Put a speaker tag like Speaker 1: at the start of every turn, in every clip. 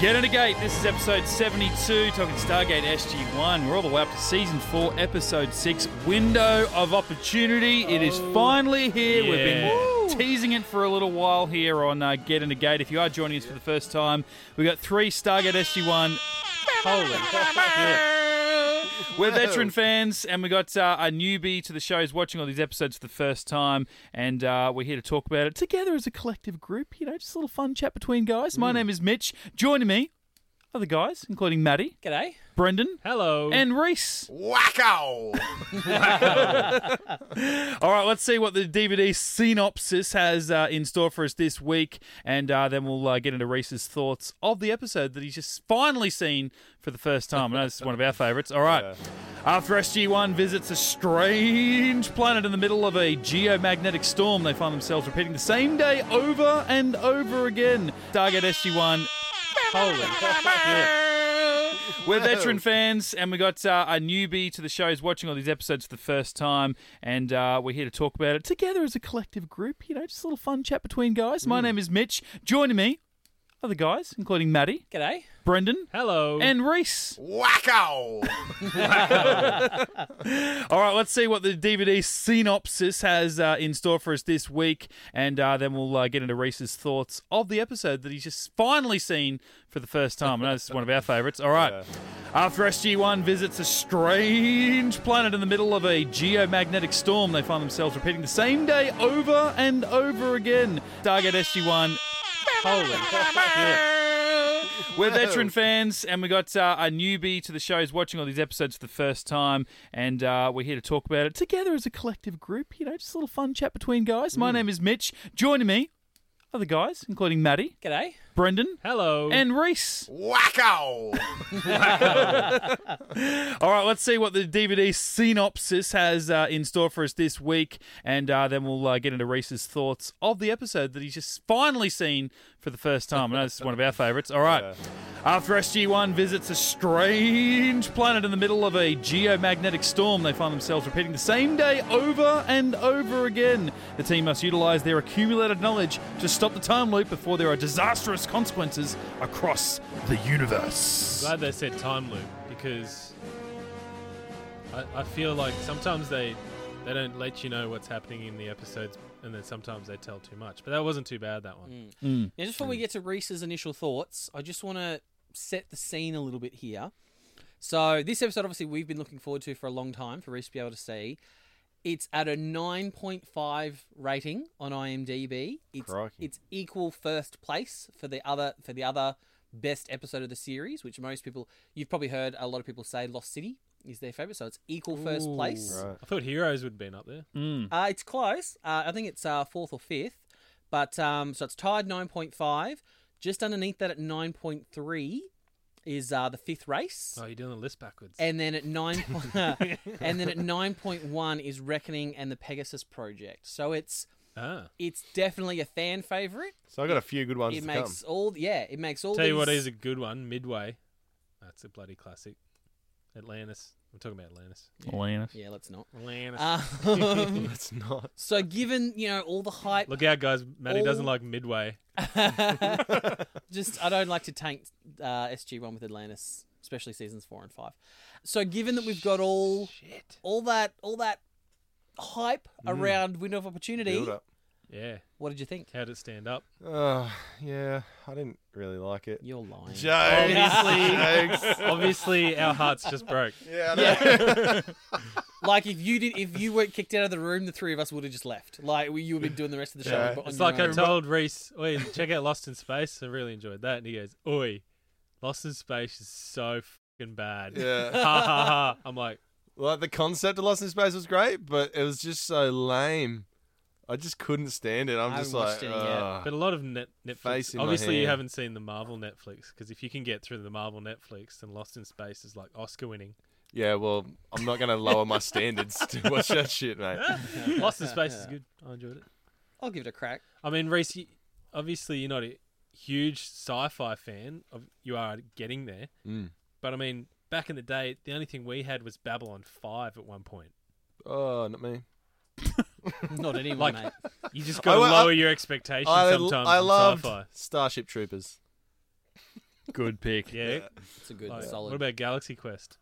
Speaker 1: Get in the gate. This is episode 72, talking Stargate SG1. We're all the way up to season four, episode six, Window of Opportunity. It is finally here. We've been teasing it for a little while here on uh, Get in the Gate. If you are joining us for the first time, we've got three Stargate SG1. Holy. We're veteran fans, and we got uh, a newbie to the show who's watching all these episodes for the first time, and uh, we're here to talk about it together as a collective group. You know, just a little fun chat between guys. My name is Mitch. Joining me are the guys, including Maddie,
Speaker 2: G'day.
Speaker 1: Brendan,
Speaker 2: Hello.
Speaker 1: and Reese.
Speaker 3: Wacko!
Speaker 1: All right, let's see what the DVD synopsis has uh, in store for us this week, and uh, then we'll uh, get into Reese's thoughts of the episode that he's just finally seen for the first time. I know this is one of our favourites. All right. After SG1 visits a strange planet in the middle of a geomagnetic storm, they find themselves repeating the same day over and over again. Stargate SG1. Holy. We're veteran fans, and we got uh, a newbie to the show who's watching all these episodes for the first time, and uh, we're here to talk about it together as a collective group. You know, just a little fun chat between guys. My name is Mitch. Joining me are the guys, including Maddie,
Speaker 2: G'day.
Speaker 1: Brendan,
Speaker 2: Hello.
Speaker 1: and Reese.
Speaker 3: Wacko!
Speaker 1: All right, let's see what the DVD synopsis has uh, in store for us this week, and uh, then we'll uh, get into Reese's thoughts of the episode that he's just finally seen for the first time. I know this is one of our favourites. All right. After SG1 visits a strange planet in the middle of a geomagnetic storm, they find themselves repeating the same day over and over again. Stargate SG1. Holy. We're veteran fans, and we got uh, a newbie to the show who's watching all these episodes for the first time, and uh, we're here to talk about it together as a collective group. You know, just a little fun chat between guys. My name is Mitch. Joining me are the guys, including Maddie,
Speaker 2: G'day.
Speaker 1: Brendan,
Speaker 2: Hello.
Speaker 1: and Reese.
Speaker 3: Wacko!
Speaker 1: All right, let's see what the DVD synopsis has uh, in store for us this week, and uh, then we'll uh, get into Reese's thoughts of the episode that he's just finally seen for the first time. I know this is one of our favourites. All right. After SG1 visits a strange planet in the middle of a geomagnetic storm, they find themselves repeating the same day over and over again. The team must utilise their accumulated knowledge to stop the time loop before there are disastrous consequences across the universe.
Speaker 4: Glad they said time loop because I, I feel like sometimes they they don't let you know what's happening in the episodes, and then sometimes they tell too much. But that wasn't too bad. That one.
Speaker 2: Mm. Now, just before we get to Reese's initial thoughts, I just want to set the scene a little bit here. So, this episode, obviously, we've been looking forward to for a long time for Reese to be able to see. It's at a 9.5 rating on IMDb. It's
Speaker 3: Crikey.
Speaker 2: it's equal first place for the other for the other best episode of the series, which most people you've probably heard a lot of people say Lost City is their favorite. So it's equal first place.
Speaker 4: I thought heroes would have been up there.
Speaker 2: Uh, it's close. Uh, I think it's uh, fourth or fifth. But um, so it's tied 9.5. Just underneath that at 9.3 is uh, the fifth race.
Speaker 4: Oh, you're doing the list backwards.
Speaker 2: And then at nine, and then at nine point one is Reckoning and the Pegasus Project. So it's
Speaker 4: ah,
Speaker 2: it's definitely a fan favorite.
Speaker 3: So I got a few good ones
Speaker 2: It
Speaker 3: to
Speaker 2: makes all yeah, it makes all.
Speaker 4: tell you what
Speaker 2: these-
Speaker 4: is a good one. Midway. That's a bloody classic. Atlantis. I'm talking about Atlantis.
Speaker 2: Yeah, let's not.
Speaker 4: Atlantis.
Speaker 3: come.
Speaker 2: Um,
Speaker 3: That's not.
Speaker 2: so given you know all the hype,
Speaker 4: Look out, guys. Maddie doesn't
Speaker 2: all-
Speaker 4: like Midway.
Speaker 2: just I don't like to taint uh, SG one with Atlantis, especially seasons four and five. So given that we've got all all that all that hype around window of opportunity,
Speaker 3: Mm. Build up.
Speaker 4: Yeah.
Speaker 2: what did you think?
Speaker 4: How'd it stand up?
Speaker 3: Uh, yeah, I didn't really like it.
Speaker 2: You're lying.
Speaker 3: Jokes.
Speaker 4: Obviously.
Speaker 3: Jokes.
Speaker 4: Obviously, our hearts just broke.
Speaker 3: Yeah, I know.
Speaker 2: Yeah. like if you did, if you weren't kicked out of the room, the three of us would have just left. Like we, you would have been doing the rest of the show.
Speaker 3: Yeah.
Speaker 2: but on
Speaker 4: It's
Speaker 2: your
Speaker 4: like I
Speaker 2: own.
Speaker 4: told Reese, Oi, check out Lost in Space. I really enjoyed that. And he goes, Oi, Lost in Space is so fucking bad.
Speaker 3: yeah.
Speaker 4: Ha ha ha. I'm like,
Speaker 3: Like the concept of Lost in Space was great, but it was just so lame. I just couldn't stand it. I'm
Speaker 2: I
Speaker 3: just
Speaker 2: haven't
Speaker 3: like,
Speaker 2: watched it yet.
Speaker 3: "Ugh."
Speaker 4: but a lot of net-
Speaker 3: Face
Speaker 4: Netflix.
Speaker 3: in my
Speaker 4: Obviously, you
Speaker 3: hand.
Speaker 4: haven't seen the Marvel Netflix because if you can get through the Marvel Netflix, then Lost in Space is like Oscar winning.
Speaker 3: yeah. Well, I'm not gonna lower my standards to watch that shit, mate.
Speaker 4: Lost in Space is good. I enjoyed it.
Speaker 2: I'll give it a crack.
Speaker 4: I mean, Reese, you- obviously, you're not a huge sci fi fan. Of, you are getting there.
Speaker 3: Mm.
Speaker 4: But I mean, back in the day, the only thing we had was Babylon 5 at one point.
Speaker 3: Oh, not me.
Speaker 2: Not anyone,
Speaker 4: Like-
Speaker 2: mate.
Speaker 4: You just
Speaker 3: I
Speaker 4: got to
Speaker 3: wa- I-
Speaker 4: lower your expectations
Speaker 3: I,
Speaker 4: sometimes.
Speaker 3: I
Speaker 4: in
Speaker 3: loved
Speaker 4: sci-fi.
Speaker 3: Starship Troopers.
Speaker 1: Good pick.
Speaker 4: Yeah.
Speaker 2: It's a good,
Speaker 4: Like,
Speaker 2: solid.
Speaker 4: What about Galaxy Quest?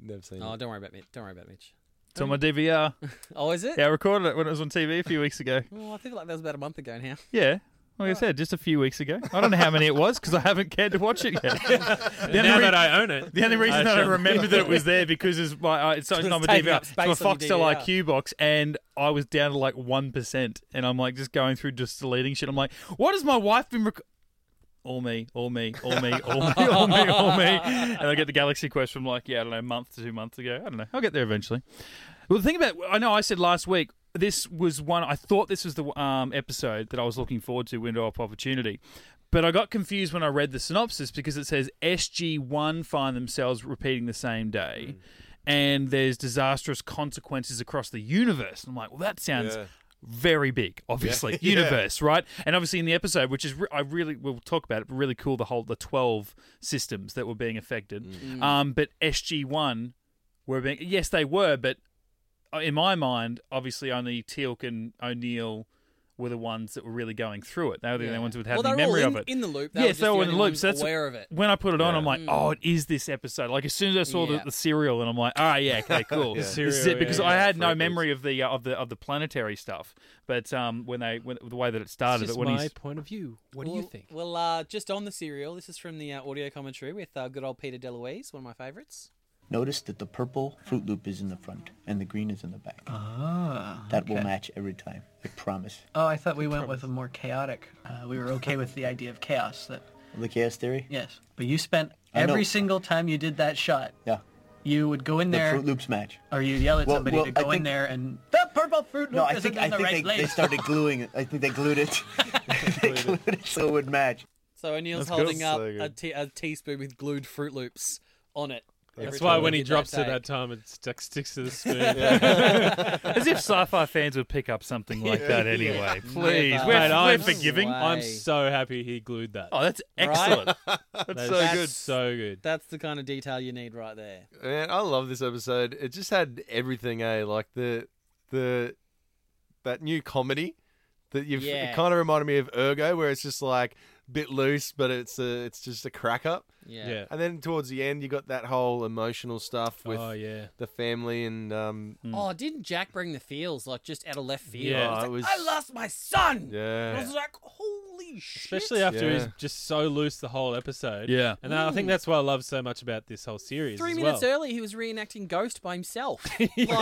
Speaker 3: Never seen
Speaker 2: oh,
Speaker 3: it.
Speaker 2: don't worry about Mitch. Don't worry about Mitch.
Speaker 1: It's on my DVR.
Speaker 2: Oh, is it?
Speaker 1: Yeah, I recorded it when it was on TV a few weeks ago.
Speaker 2: Well, I think like that was about a month ago now.
Speaker 1: Yeah. Like I said, just a few weeks ago. I don't know how many it was because I haven't cared to watch it yet. The only
Speaker 4: now
Speaker 1: rea-
Speaker 4: that I own it.
Speaker 1: The only reason that I
Speaker 4: shall-
Speaker 1: remember that it was there because it's my uh, it's on
Speaker 2: It's
Speaker 1: my
Speaker 2: taking
Speaker 1: DVR,
Speaker 2: up
Speaker 1: it's
Speaker 2: space
Speaker 1: my
Speaker 2: on your
Speaker 1: Foxtel
Speaker 2: DVR.
Speaker 1: IQ box, and I was down to like one percent, and I'm like just going through just deleting shit. I'm like, what has my wife been? Rec- all me, all me, all me, all me, all me, all me, and I get the Galaxy Quest from like yeah, I don't know, a month to two months ago. I don't know. I'll get there eventually. Well, the thing about I know I said last week this was one I thought this was the um, episode that I was looking forward to, window of opportunity, but I got confused when I read the synopsis because it says SG one find themselves repeating the same day, and there's disastrous consequences across the universe. And I'm like, well, that sounds.
Speaker 3: Yeah.
Speaker 1: Very big, obviously.
Speaker 3: Yeah.
Speaker 1: Universe, right? And obviously in the episode, which is re- I really we'll talk about it. But really cool, the whole the twelve systems that were being affected.
Speaker 2: Mm.
Speaker 1: Um, but SG one were being yes, they were, but uh, in my mind, obviously only Teal'c and O'Neill were the ones that were really going through it. They were the only ones with
Speaker 2: well,
Speaker 1: having
Speaker 2: they're
Speaker 1: memory
Speaker 2: all
Speaker 1: of
Speaker 2: in,
Speaker 1: it.
Speaker 2: in the loop. They were
Speaker 1: yes,
Speaker 2: just
Speaker 1: they were in the
Speaker 2: only
Speaker 1: loops.
Speaker 2: ones
Speaker 1: That's
Speaker 2: aware of it.
Speaker 1: When I put it on, I'm
Speaker 3: Yeah.
Speaker 1: like, oh, it is this episode. Like as soon as I saw
Speaker 2: Yeah.
Speaker 1: the, the serial, and I'm like, ah, yeah, okay, cool.
Speaker 3: The
Speaker 1: This is
Speaker 4: serial,
Speaker 1: it because
Speaker 4: yeah,
Speaker 1: I
Speaker 4: yeah,
Speaker 1: had no
Speaker 3: freckles.
Speaker 1: memory of the uh, of the of the planetary stuff. But um, when they when the way that it started,
Speaker 4: It's
Speaker 1: but
Speaker 4: just
Speaker 1: when
Speaker 4: my
Speaker 1: he's
Speaker 4: point of view. What
Speaker 2: well,
Speaker 4: do you think?
Speaker 2: Well, uh, just on the serial, this is from the uh, audio commentary with uh, good old Peter DeLuise, one of my favourites.
Speaker 5: Notice that the purple Fruit Loop is in the front and the green is in the back.
Speaker 6: Ah.
Speaker 5: That will
Speaker 6: okay.
Speaker 5: match every time. I promise.
Speaker 6: Oh, I thought we went with a more chaotic. Uh, we were okay with the idea of chaos. That
Speaker 5: The chaos theory?
Speaker 6: yes, but you spent
Speaker 5: I know.
Speaker 6: every single time you did that shot,
Speaker 5: Yeah.
Speaker 6: you would go in
Speaker 5: The
Speaker 6: there,
Speaker 5: Fruit Loops match.
Speaker 6: or you'd yell at
Speaker 5: Well-
Speaker 6: somebody
Speaker 5: well,
Speaker 6: to
Speaker 5: I
Speaker 6: go in
Speaker 5: think-
Speaker 6: there and the purple Fruit Loop
Speaker 5: No, I
Speaker 6: isn't
Speaker 5: think
Speaker 6: in
Speaker 5: I
Speaker 6: the
Speaker 5: think
Speaker 6: right
Speaker 5: they, they
Speaker 6: place."
Speaker 5: started gluing it. I think they glued it. they glued it so it would match.
Speaker 2: So O'Neill's
Speaker 3: That's good.
Speaker 2: holding up
Speaker 3: So
Speaker 2: a,
Speaker 3: good.
Speaker 2: te- a teaspoon with glued Fruit Loops on it.
Speaker 4: That's
Speaker 2: every
Speaker 4: why
Speaker 2: time
Speaker 4: when
Speaker 2: we
Speaker 4: he
Speaker 2: did
Speaker 4: drops it
Speaker 2: take.
Speaker 4: that time, it sticks, sticks to the spoon.
Speaker 1: as if sci-fi fans would pick up something like that anyway. Please,
Speaker 2: Never.
Speaker 1: we're,
Speaker 4: Mate,
Speaker 1: we're
Speaker 4: I'm-
Speaker 1: forgiving.
Speaker 2: Wow.
Speaker 4: I'm
Speaker 2: Hey.
Speaker 4: so happy he glued that.
Speaker 1: Oh, that's
Speaker 2: Right?
Speaker 1: excellent.
Speaker 4: that's
Speaker 3: so
Speaker 2: good.
Speaker 4: So good.
Speaker 2: That's the kind of detail you need right there.
Speaker 3: Man, I love this episode. It just had everything, eh? Like the the that new comedy that you've
Speaker 2: Yeah.
Speaker 3: it kind of reminded me of Ergo, where it's just like a bit loose, but it's a, it's just a crack up.
Speaker 2: Yeah.
Speaker 4: Yeah.
Speaker 3: And then towards the end, you got that whole emotional stuff with
Speaker 4: oh yeah.
Speaker 3: the family and um,
Speaker 4: Mm.
Speaker 2: Oh, didn't Jack bring the feels like just out of left field? It's
Speaker 4: Yeah.
Speaker 3: Oh,
Speaker 2: like,
Speaker 3: it was-
Speaker 2: I lost my son. I
Speaker 3: yeah,
Speaker 2: was like, holy shit.
Speaker 4: Especially after
Speaker 3: Yeah.
Speaker 4: he's just so loose the whole episode.
Speaker 1: Yeah.
Speaker 4: And I think that's what I love so much about this whole series.
Speaker 2: Mm. Three
Speaker 4: as
Speaker 2: minutes
Speaker 4: well.
Speaker 2: early, he was reenacting Ghost by himself. like, you know,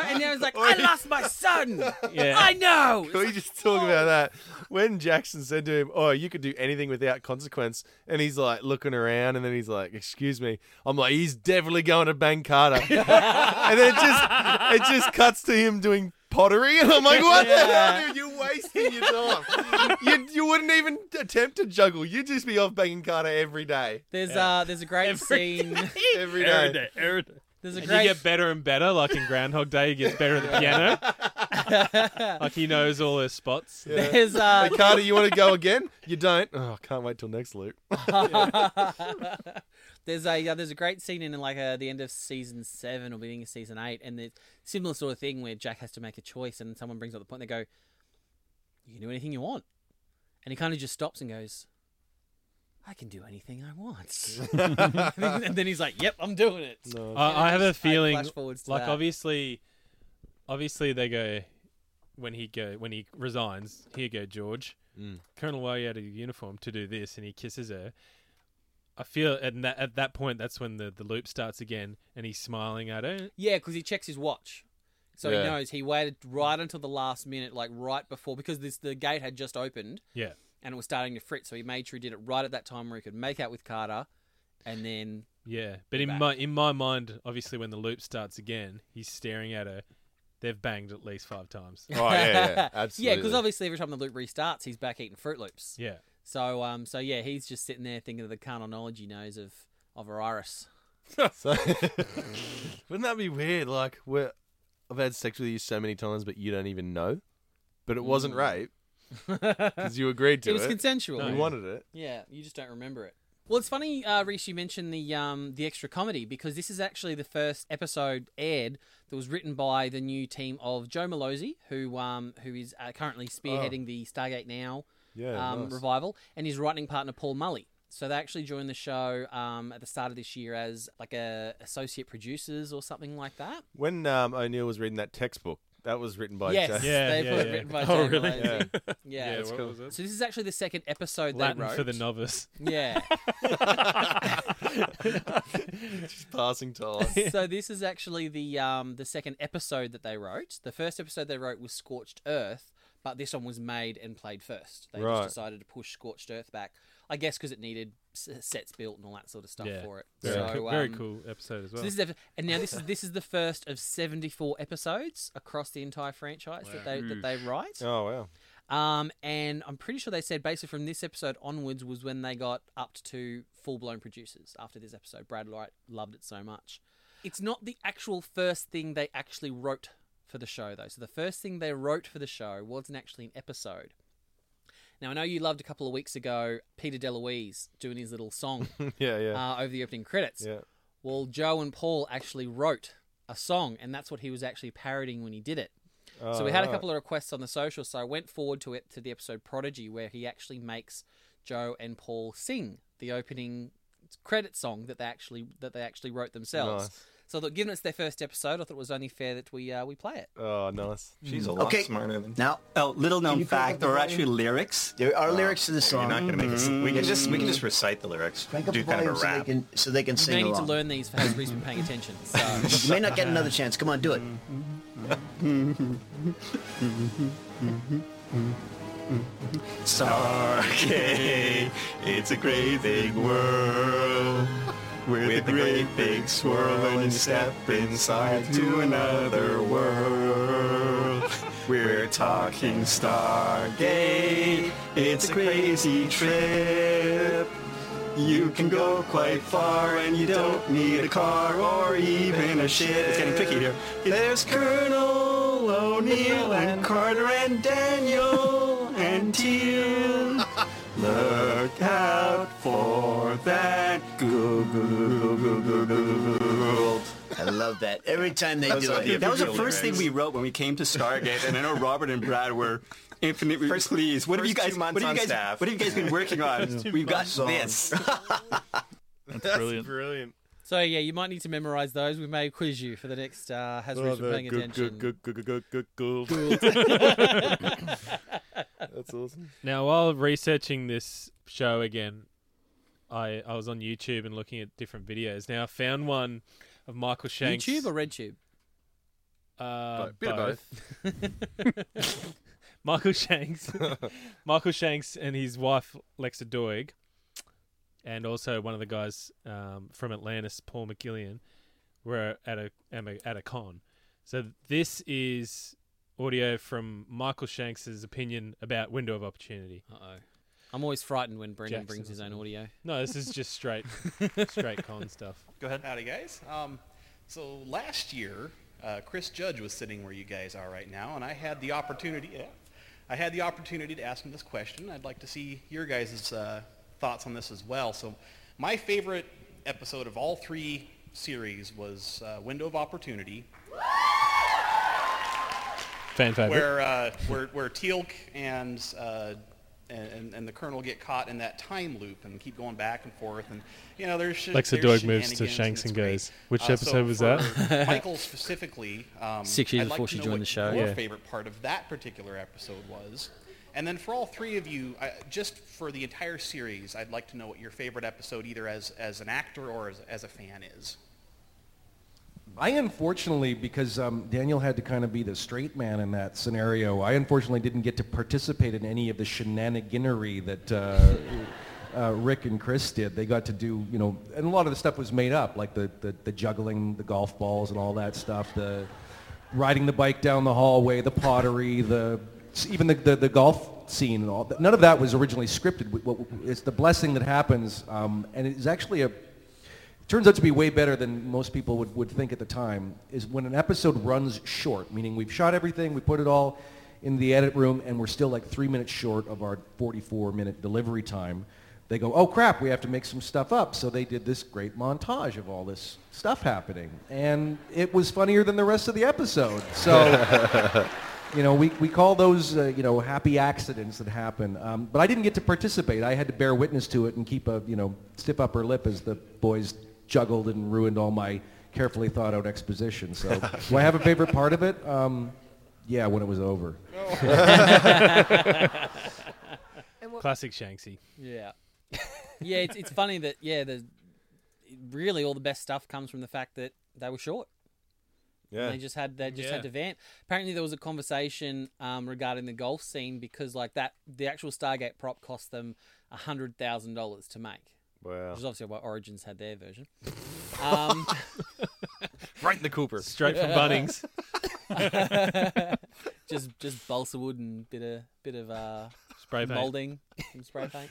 Speaker 2: and now he's like, I lost my son.
Speaker 4: Yeah.
Speaker 2: I know.
Speaker 3: Can we just talk about that? When Jackson said to him, "Oh, you could do anything without consequence," and he's like looking around, and then he's like, "Excuse me," I'm like, "He's definitely going to bang Carter," and then it just it just cuts to him doing pottery, and I'm like, "What the hell, dude? You're wasting your time. you you wouldn't even attempt to juggle. You'd just be off banging Carter every day,
Speaker 2: There's uh there's a great scene.
Speaker 3: every
Speaker 1: Every
Speaker 3: day."
Speaker 1: day, every day.
Speaker 2: There's a
Speaker 4: And
Speaker 2: great
Speaker 4: you get better and better, like in Groundhog Day, he gets better at the piano. like he knows all her spots.
Speaker 3: Yeah.
Speaker 2: there's uh
Speaker 3: Hey, Carter, you want to go again? You don't. Oh, can't wait till next loop.
Speaker 2: there's a uh, there's a great scene in like uh, the end of season seven or beginning of season eight, and the similar sort of thing where Jack has to make a choice, and someone brings up the point. They go, "You can do anything you want," and he kind of just stops and goes, "I can do anything I want," and then he's like, "Yep, I'm doing it."
Speaker 4: I, I have a
Speaker 2: Just, like,
Speaker 4: feeling,
Speaker 2: flash forwards to
Speaker 4: like
Speaker 2: that.
Speaker 4: obviously, obviously they go when he go when he resigns. Here you go, George. Colonel Way out of your uniform to do this, and he kisses her. I feel at that at that point, that's when the, the loop starts again, and he's smiling at her.
Speaker 2: Yeah, because he checks his watch. So
Speaker 3: Yeah.
Speaker 2: he knows he waited right until the last minute, like right before, because this the gate had just opened
Speaker 4: Yeah,
Speaker 2: and it was starting to frit. So he made sure he did it right at that time where he could make out with Carter, and then
Speaker 4: yeah. But in
Speaker 2: Back.
Speaker 4: my in my mind, obviously, when the loop starts again, he's staring at her. They've banged at least five times.
Speaker 3: Oh yeah, yeah,
Speaker 2: yeah,
Speaker 3: absolutely.
Speaker 2: because obviously every time the loop restarts, he's back eating Fruit Loops.
Speaker 4: Yeah.
Speaker 2: So um, so yeah, he's just sitting there thinking of the carnal knowledge he knows of of her iris.
Speaker 3: So, wouldn't that be weird? Like, we're, I've had sex with you so many times, but you don't even know. But it wasn't
Speaker 7: Mm.
Speaker 3: rape because you agreed to
Speaker 2: it
Speaker 3: it.
Speaker 2: was consensual.
Speaker 3: you wanted it.
Speaker 2: Yeah, you just don't remember it. Well, it's funny, uh, Reese, you mentioned the um, the extra comedy because this is actually the first episode aired that was written by
Speaker 3: Oh.
Speaker 2: the new team of Joe Malozzi, who um, who is uh, currently spearheading the Stargate Now
Speaker 3: Yeah,
Speaker 2: um,
Speaker 3: nice.
Speaker 2: revival, and his writing partner Paul Mully. So they actually joined the show um, at the start of this year as like a associate producers or something like that.
Speaker 3: When um, O'Neill was reading that textbook, that was written by
Speaker 2: yes,
Speaker 3: Jack.
Speaker 4: Yeah,
Speaker 2: they
Speaker 4: yeah,
Speaker 2: were
Speaker 4: yeah.
Speaker 2: written by
Speaker 1: Oh,
Speaker 2: Jane
Speaker 1: really?
Speaker 2: Ramsey. Yeah.
Speaker 4: yeah, what
Speaker 3: cool.
Speaker 4: was it?
Speaker 2: So this is actually the second episode they
Speaker 4: Latin
Speaker 2: wrote.
Speaker 4: for the novice.
Speaker 2: yeah.
Speaker 3: Just passing time.
Speaker 2: so this is actually the um, the second episode that they wrote. The first episode they wrote was Scorched Earth, but this one was made and played first. They
Speaker 3: Right.
Speaker 2: just decided to push Scorched Earth back, I guess, because it needed s- sets built and all that sort of stuff
Speaker 4: Yeah.
Speaker 2: for it.
Speaker 4: Very,
Speaker 2: so,
Speaker 4: cool, very
Speaker 2: um,
Speaker 4: cool episode as well.
Speaker 2: So this is epi- and now this is this is the first of seventy four episodes across the entire franchise that they that they write.
Speaker 3: Oh wow.
Speaker 2: Um, and I'm pretty sure they said basically from this episode onwards was when they got up to full blown producers after this episode. Brad Wright loved it so much. It's not the actual first thing they actually wrote for the show, though. So the first thing they wrote for the show wasn't actually an episode. Now, I know you loved a couple of weeks ago Peter DeLuise doing his little song
Speaker 3: Yeah, yeah,
Speaker 2: uh, over the opening credits.
Speaker 3: yeah.
Speaker 2: Well, Joe and Paul actually wrote a song, and that's what he was actually parodying when he did it. So we had a couple of requests on the social, so I went forward to it to the episode Prodigy, where he actually makes Joe and Paul sing the opening credit song that they actually that they actually wrote themselves. So I thought, given it's their first episode, I thought it was only fair that we uh, we play it.
Speaker 3: Oh, nice.
Speaker 8: She's a lot
Speaker 5: Okay.
Speaker 8: smarter than.
Speaker 7: Now, oh, little known
Speaker 5: you put it on
Speaker 7: fact,
Speaker 5: the
Speaker 7: there are
Speaker 5: volume?
Speaker 7: actually lyrics.
Speaker 5: There are lyrics to the
Speaker 8: You're
Speaker 5: song.
Speaker 8: not gonna make us. We can just we can just recite the lyrics.
Speaker 5: Crank Mm. up
Speaker 8: Do
Speaker 5: the
Speaker 8: kind of a
Speaker 5: volume so they
Speaker 8: rap.
Speaker 5: can so they can
Speaker 2: You
Speaker 5: sing
Speaker 2: may need
Speaker 5: along.
Speaker 2: to learn these for Hazard's been paying attention. So
Speaker 5: You may not get another chance. Come on, do it.
Speaker 6: Mm,
Speaker 8: Okay, it's a great big world with, a great big swirl, and you step inside to another world. We're talking Stargate. It's a crazy trip. You can go quite far, and you don't need a car or even a ship. It's getting picky here. There's Colonel O'Neill and Carter and Daniel and Teal. Look out for that Google.
Speaker 5: I love that. Every time they
Speaker 8: That's
Speaker 5: do
Speaker 8: not the
Speaker 5: it,
Speaker 7: That was the
Speaker 8: Lyrics.
Speaker 7: first thing we wrote when we came to Stargate, and I know Robert and Brad were infinitely
Speaker 8: First-
Speaker 7: pleased. What have you
Speaker 8: first two
Speaker 7: guys?
Speaker 8: months
Speaker 7: What have
Speaker 8: on
Speaker 7: you guys?
Speaker 8: staff.
Speaker 7: What have you guys been working on? We've got
Speaker 5: months on.
Speaker 7: this.
Speaker 1: That's brilliant.
Speaker 3: Brilliant.
Speaker 2: so yeah, you might need to memorise those. We may quiz you for the next uh,
Speaker 3: Oh,
Speaker 2: Hazard's been paying attention.
Speaker 3: That's awesome.
Speaker 4: Now, while researching this show again, I I was on YouTube and looking at different videos. Now, I found one of Michael Shanks.
Speaker 2: YouTube or RedTube?
Speaker 4: uh,
Speaker 3: Bit of both.
Speaker 4: Michael Shanks, Michael Shanks, and his wife Lexa Doig, and also one of the guys um, from Atlantis, Paul McGillian, were at a am a- at a con. So this is audio from Michael Shanks's opinion about window of opportunity.
Speaker 2: Uh oh. I'm always frightened when Brendan
Speaker 4: Jackson
Speaker 2: brings
Speaker 4: or
Speaker 2: his own
Speaker 4: something.
Speaker 2: audio.
Speaker 4: No, this is just straight straight con stuff.
Speaker 8: Go ahead.
Speaker 9: Howdy, guys. Um, so last year, uh, Chris Judge was sitting where you guys are right now, and I had the opportunity. Yeah, I had the opportunity to ask him this question. I'd like to see your guys' uh, thoughts on this as well. So, my favorite episode of all three series was uh, Window of Opportunity,
Speaker 4: Fan favorite.
Speaker 9: where uh, where where Teal'c and, uh, and and the Colonel get caught in that time loop and keep going back and forth, and you know there's sh-
Speaker 4: Lexa
Speaker 9: there's
Speaker 4: Doig moves to
Speaker 9: shenanigans
Speaker 4: Shanks
Speaker 9: it's
Speaker 4: and
Speaker 9: great. Uh,
Speaker 4: goes, "Which
Speaker 9: so
Speaker 4: episode was
Speaker 9: for
Speaker 4: that?"
Speaker 9: Michael specifically. Um,
Speaker 2: Six years
Speaker 9: I'd like
Speaker 2: before
Speaker 9: to
Speaker 2: she
Speaker 9: know
Speaker 2: joined
Speaker 9: what
Speaker 2: the show.
Speaker 9: Your
Speaker 4: Yeah.
Speaker 9: favorite part of that particular episode was. And then for all three of you, I, just for the entire series, I'd like to know what your favorite episode, either as, as an actor or as, as a fan, is.
Speaker 10: I unfortunately, because um, Daniel had to kind of be the straight man in that scenario, I unfortunately didn't get to participate in any of the shenaniganery that uh, uh, Rick and Chris did. They got to do, you know, and a lot of the stuff was made up, like the, the, the juggling, the golf balls and all that stuff, the riding the bike down the hallway, the pottery, the even the, the, the golf scene and all. that. None of that was originally scripted. What- what- It's the blessing that happens, um, and it's actually a turns out to be way better than most people would, would think at the time is when an episode runs short meaning we've shot everything we put it all in the edit room and we're still like three minutes short of our 44 minute delivery time they go oh crap we have to make some stuff up so they did this great montage of all this stuff happening and it was funnier than the rest of the episode so You know, we, we call those, uh, you know, happy accidents that happen. Um, but I didn't get to participate. I had to bear witness to it and keep a, you know, stiff upper lip as the boys juggled and ruined all my carefully thought out exposition. So do I have a favorite part of it? Um, yeah, when it was over.
Speaker 4: Classic Shanksy.
Speaker 2: Yeah. yeah, it's, it's funny that, yeah, the really all the best stuff comes from the fact that they were short.
Speaker 3: Yeah.
Speaker 2: And they just had they just
Speaker 4: Yeah.
Speaker 2: had to vamp. Apparently there was a conversation um, regarding the golf scene because like that the actual Stargate prop cost them hundred thousand dollars to make.
Speaker 3: Wow.
Speaker 2: Which is obviously why Origins had their version. Um,
Speaker 3: Right in the Cooper.
Speaker 4: Straight from Bunnings.
Speaker 2: just just balsa wood and bit of bit of uh,
Speaker 4: Spray paint.
Speaker 2: molding and spray paint.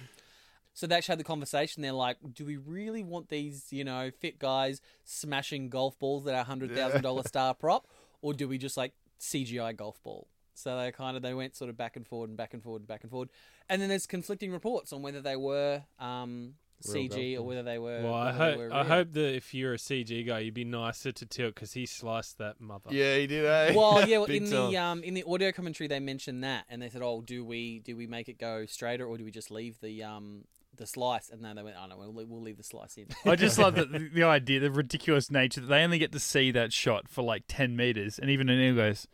Speaker 2: So they actually had the conversation. They're like, "Do we really want these, you know, fit guys smashing golf balls that are hundred thousand dollar star prop, or do we just like CGI golf ball?" So they kind of they went sort of back and forward and back and forward and back and forward. And then there's conflicting reports on whether they were um,
Speaker 4: Real
Speaker 2: CG or
Speaker 4: golf
Speaker 2: whether they were.
Speaker 4: Well, I
Speaker 2: whether they
Speaker 4: hope
Speaker 2: were
Speaker 4: I
Speaker 2: real.
Speaker 4: hope that if you're a CG guy, you'd be nicer to Tilt because he sliced that mother.
Speaker 3: Yeah, he did, eh?
Speaker 2: Well, yeah. Well,
Speaker 3: Big
Speaker 2: in
Speaker 3: time.
Speaker 2: the um, in the audio commentary, they mentioned that, and they said, "Oh, do we do we make it go straighter, or do we just leave the um the slice?" And then they went, "Oh no, we'll, le- we'll leave the slice in."
Speaker 1: I just love the, the idea, the ridiculous nature that they only get to see that shot for like 10 meters. And even Anil goes,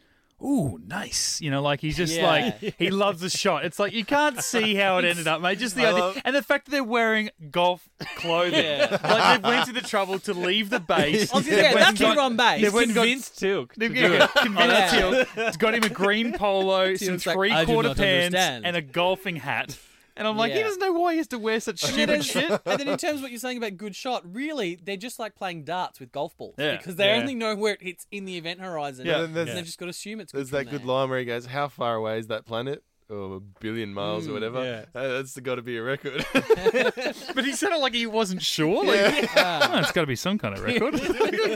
Speaker 1: Ooh, nice. You know, like he's just
Speaker 2: Yeah.
Speaker 1: like, he loves the shot. It's like, you can't see how it ended up, mate. Just the
Speaker 3: I
Speaker 1: idea.
Speaker 3: love-
Speaker 1: And the fact that they're wearing golf clothing.
Speaker 2: Yeah.
Speaker 1: Like they went to the trouble to leave the base.
Speaker 2: I was gonna
Speaker 1: They
Speaker 2: say,
Speaker 1: went
Speaker 2: that's
Speaker 1: and got-
Speaker 2: it on base.
Speaker 1: They
Speaker 4: He's
Speaker 1: went and got-
Speaker 4: convinced Tilt.
Speaker 1: They've
Speaker 4: to do it.
Speaker 1: convinced
Speaker 2: Oh,
Speaker 1: him. It's got him a green polo, some
Speaker 2: Tim's like,
Speaker 1: three
Speaker 2: "I do
Speaker 1: quarter
Speaker 2: not
Speaker 1: pants,
Speaker 2: understand."
Speaker 1: and a golfing hat. And I'm like, he
Speaker 2: Yeah.
Speaker 1: doesn't know why he has to wear such
Speaker 2: And then,
Speaker 1: stupid shit.
Speaker 2: and then in terms of what you're saying about good shot, really, they're just like playing darts with golf balls
Speaker 1: Yeah.
Speaker 2: because they
Speaker 4: Yeah.
Speaker 2: only know where it hits in the event horizon.
Speaker 3: Yeah,
Speaker 2: and
Speaker 3: there's-
Speaker 2: they've just got to assume it's.
Speaker 3: There's
Speaker 2: good
Speaker 3: that
Speaker 2: from
Speaker 3: good
Speaker 2: there.
Speaker 3: line where he goes, "How far away is that planet?" Oh, a billion miles
Speaker 2: Mm,
Speaker 3: or whatever.
Speaker 4: yeah.
Speaker 3: Uh, that's got to be a record.
Speaker 1: But he said it like he wasn't sure. Like, "Oh, it's got to be some kind of record.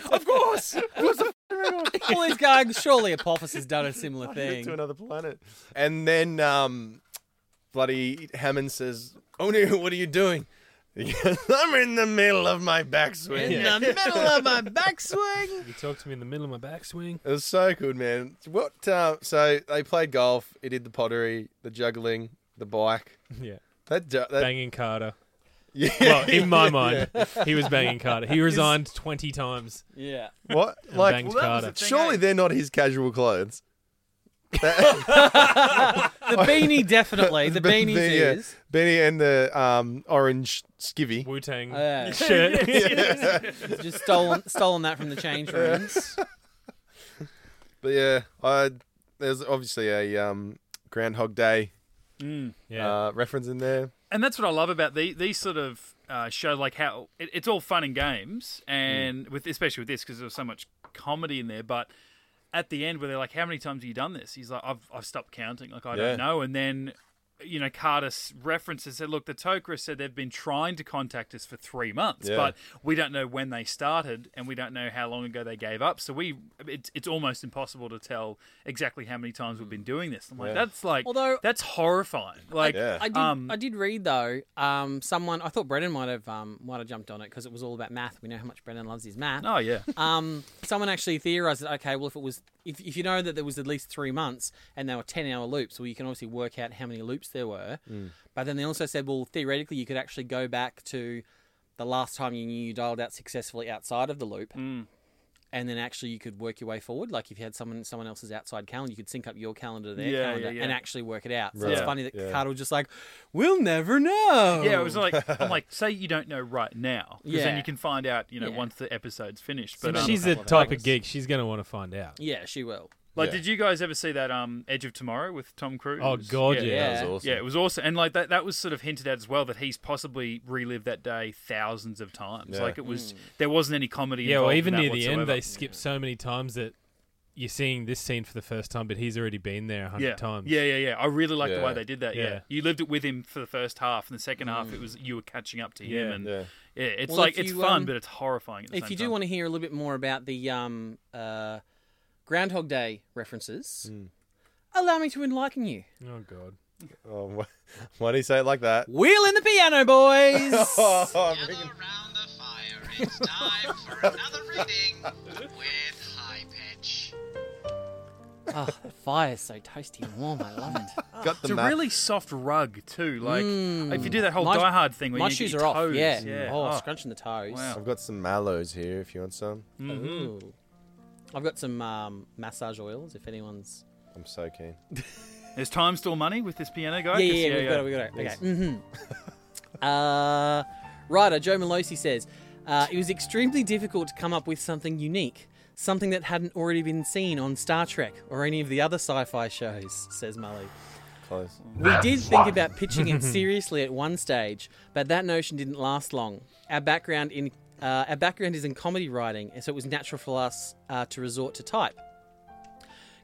Speaker 1: of course.
Speaker 2: All these guys, surely Apophis has done a similar
Speaker 3: to
Speaker 2: thing.
Speaker 3: another planet. And then um, bloody Hammond says, "Oh no, what are you doing?" He goes, I'm in the middle of my backswing.
Speaker 2: the middle of my backswing.
Speaker 4: You talked to me in the middle of my backswing.
Speaker 3: It was so good, man. What? Uh, so they played golf. He did the pottery, the juggling, the bike.
Speaker 4: Yeah,
Speaker 3: That, ju- that
Speaker 4: banging Carter.
Speaker 3: yeah.
Speaker 4: Well, in my mind, he was banging Carter. He resigned twenty times.
Speaker 2: Yeah.
Speaker 3: what?
Speaker 4: And
Speaker 3: Like,
Speaker 4: banged
Speaker 1: well, that was
Speaker 4: Carter.
Speaker 1: the
Speaker 3: surely they're not his casual clothes.
Speaker 2: The beanie definitely. The
Speaker 3: Be-
Speaker 2: beanie
Speaker 3: yeah.
Speaker 2: is.
Speaker 3: Benny and the um, orange skivvy.
Speaker 4: Wu Tang
Speaker 2: Oh, Yeah.
Speaker 4: shirt.
Speaker 2: Just stolen stolen that from the change rooms.
Speaker 3: But yeah, I there's obviously a um, Groundhog Day
Speaker 4: Yeah.
Speaker 3: uh, reference in there.
Speaker 1: And that's what I love about the, these sort of uh, show, like how it, it's all fun and games,
Speaker 3: Mm.
Speaker 1: and with especially with this because there was so much comedy in there. But at the end, where they're like, "How many times have you done this?" He's like, "I've I've stopped counting. Like I
Speaker 3: Yeah.
Speaker 1: don't know." And then. You know, Carter s- references said, "Look, the Tokra said they've been trying to contact us for three months,
Speaker 3: Yeah.
Speaker 1: but we don't know when they started, and we don't know how long ago they gave up. So we, it's it's almost impossible to tell exactly how many times
Speaker 3: Mm.
Speaker 1: we've been doing this. I'm like, that's like,
Speaker 2: Although-
Speaker 1: that's horrifying. Like,
Speaker 3: Yeah.
Speaker 2: I did
Speaker 1: Um,
Speaker 2: I did read though, um, someone I thought Brennan might have um, might have jumped on it because it was all about math. We know how much Brennan loves his math.
Speaker 1: oh yeah,
Speaker 2: Um, someone actually theorized that okay, well if it was if, if you know that there was at least three months and they were ten hour loops, well you can obviously work out how many loops there were. But then they also said, well theoretically you could actually go back to the last time you knew you dialed out successfully outside of the loop.
Speaker 1: Mm.
Speaker 2: And then actually, you could work your way forward. Like if you had someone someone else's outside calendar, you could sync up your calendar to their
Speaker 1: Yeah, yeah,
Speaker 2: calendar
Speaker 1: yeah.
Speaker 2: and actually work it out. So it's
Speaker 1: Right.
Speaker 2: funny that
Speaker 3: Yeah.
Speaker 2: Carter was just like, "We'll never know."
Speaker 1: Yeah, it was like I'm like, say you don't know right now, because then
Speaker 2: Yeah.
Speaker 1: you can find out, you know,
Speaker 2: Yeah.
Speaker 1: once the episode's finished.
Speaker 4: But
Speaker 1: But um,
Speaker 4: she's
Speaker 2: a
Speaker 4: the
Speaker 2: couple of
Speaker 4: type
Speaker 2: hours.
Speaker 4: of geek. She's gonna want to find out.
Speaker 2: Yeah, she will.
Speaker 1: like,
Speaker 3: Yeah.
Speaker 1: did you guys ever see that um Edge of Tomorrow with Tom Cruise?
Speaker 4: Oh, God, yeah.
Speaker 2: Yeah. That was
Speaker 3: awesome.
Speaker 1: Yeah, it was awesome, and like that, that was sort of hinted at as well that he's possibly relived that day thousands of times.
Speaker 3: Yeah.
Speaker 1: Like it was, there wasn't any comedy.
Speaker 4: Hmm. Yeah. Well,
Speaker 1: involved in
Speaker 4: even
Speaker 1: that
Speaker 4: near the end,
Speaker 1: whatsoever.
Speaker 4: they skip so many times that you're seeing this scene for the first time, but he's already been there a hundred
Speaker 1: yeah.
Speaker 4: times.
Speaker 1: Yeah, yeah, yeah. I really like the
Speaker 3: Yeah.
Speaker 1: way they did that. Yeah.
Speaker 4: Yeah. Hmm.
Speaker 1: you lived it with him for the first half, and the second half it was you were catching up to him,
Speaker 4: Yeah.
Speaker 1: and
Speaker 3: Yeah.
Speaker 1: yeah, it's
Speaker 2: Well,
Speaker 1: like
Speaker 2: if
Speaker 1: it's
Speaker 2: you,
Speaker 1: fun,
Speaker 2: um,
Speaker 1: but it's horrifying. At the
Speaker 2: if
Speaker 1: same
Speaker 2: you do
Speaker 1: time.
Speaker 2: want to hear a little bit more about the um, uh, Groundhog Day references,
Speaker 1: Hmm.
Speaker 2: allow me to enlighten you.
Speaker 4: Oh God.
Speaker 3: Oh, why, why do you say it like that?
Speaker 2: Wheel in the piano, boys.
Speaker 3: Oh, I'm bringing-
Speaker 11: around the fire. It's time for another reading with high pitch.
Speaker 2: oh, the fire's so toasty and warm. I love it.
Speaker 1: Got the It's a mat. really soft rug too. Like, if you do that whole
Speaker 2: Mm. my,
Speaker 1: Die Hard thing where
Speaker 2: my
Speaker 1: you
Speaker 2: shoes
Speaker 1: get
Speaker 2: are
Speaker 1: your
Speaker 2: off.
Speaker 1: toes,
Speaker 2: Yeah.
Speaker 1: yeah.
Speaker 2: Oh,
Speaker 1: Oh.
Speaker 2: scrunching the toes.
Speaker 3: I've got some mallows here if you want some.
Speaker 1: Mm-hmm.
Speaker 2: Ooh. I've got some um, massage oils. If anyone's
Speaker 3: I'm so keen.
Speaker 1: Is time still money with this piano guy?
Speaker 2: yeah,
Speaker 1: 'Cause-
Speaker 2: yeah, yeah, we've got it, we've got it.
Speaker 1: Yes.
Speaker 2: Okay. Mm-hmm. uh, writer Joe Melosi says uh, it was extremely difficult to come up with something unique, something that hadn't already been seen on Star Trek or any of the other sci-fi shows. Says Mully.
Speaker 3: Close.
Speaker 2: We did think about pitching it seriously at one stage, but that notion didn't last long. Our background in uh, our background is in comedy writing, and so it was natural for us uh, to resort to type.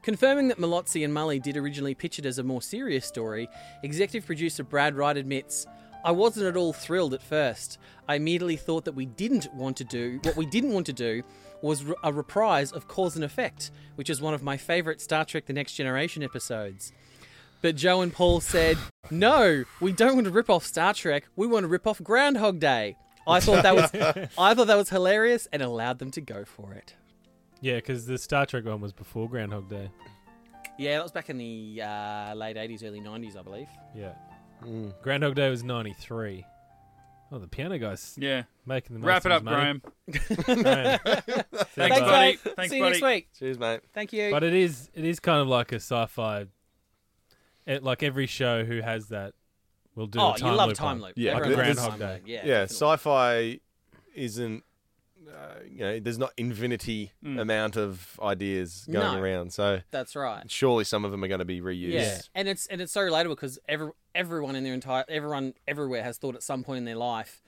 Speaker 2: Confirming that Malozzi and Mully did originally pitch it as a more serious story, executive producer Brad Wright admits, I wasn't at all thrilled at first. I immediately thought that we didn't want to do what we didn't want to do was re- a reprise of Cause and Effect, which is one of my favorite Star Trek The Next Generation episodes. But Joe and Paul said, "No, we don't want to rip off Star Trek. We want to rip off Groundhog Day." I thought that was I thought that was hilarious and allowed them to go for it.
Speaker 4: Yeah, because the Star Trek one was before Groundhog Day.
Speaker 2: Yeah, that was back in the uh, late '80s, early '90s, I believe.
Speaker 4: Yeah. Groundhog Day was 93. Oh, the piano guy's
Speaker 1: Yeah.
Speaker 4: making the most
Speaker 1: Wrap it
Speaker 4: of
Speaker 1: up,
Speaker 4: his money.
Speaker 1: Graham.
Speaker 4: Graham.
Speaker 1: Thanks,
Speaker 4: See you,
Speaker 1: buddy.
Speaker 4: bud.
Speaker 1: Thanks, See you next buddy. week.
Speaker 3: Cheers, mate.
Speaker 2: Thank you.
Speaker 4: But it is it is kind of like a sci-fi. It, like every show who has that will do.
Speaker 2: Oh,
Speaker 4: a
Speaker 2: you
Speaker 4: time
Speaker 2: love
Speaker 4: loop
Speaker 2: time
Speaker 4: on.
Speaker 2: loop.
Speaker 4: Like
Speaker 3: this-
Speaker 4: Groundhog Day.
Speaker 2: Yeah,
Speaker 3: sci-fi isn't. Uh, you know, there's not infinity
Speaker 2: Mm.
Speaker 3: amount of ideas going
Speaker 2: No.
Speaker 3: around, so
Speaker 2: That's right.
Speaker 3: Surely some of them are going to be reused.
Speaker 2: and it's and it's so relatable because every everyone in their entire everyone everywhere has thought at some point in their life,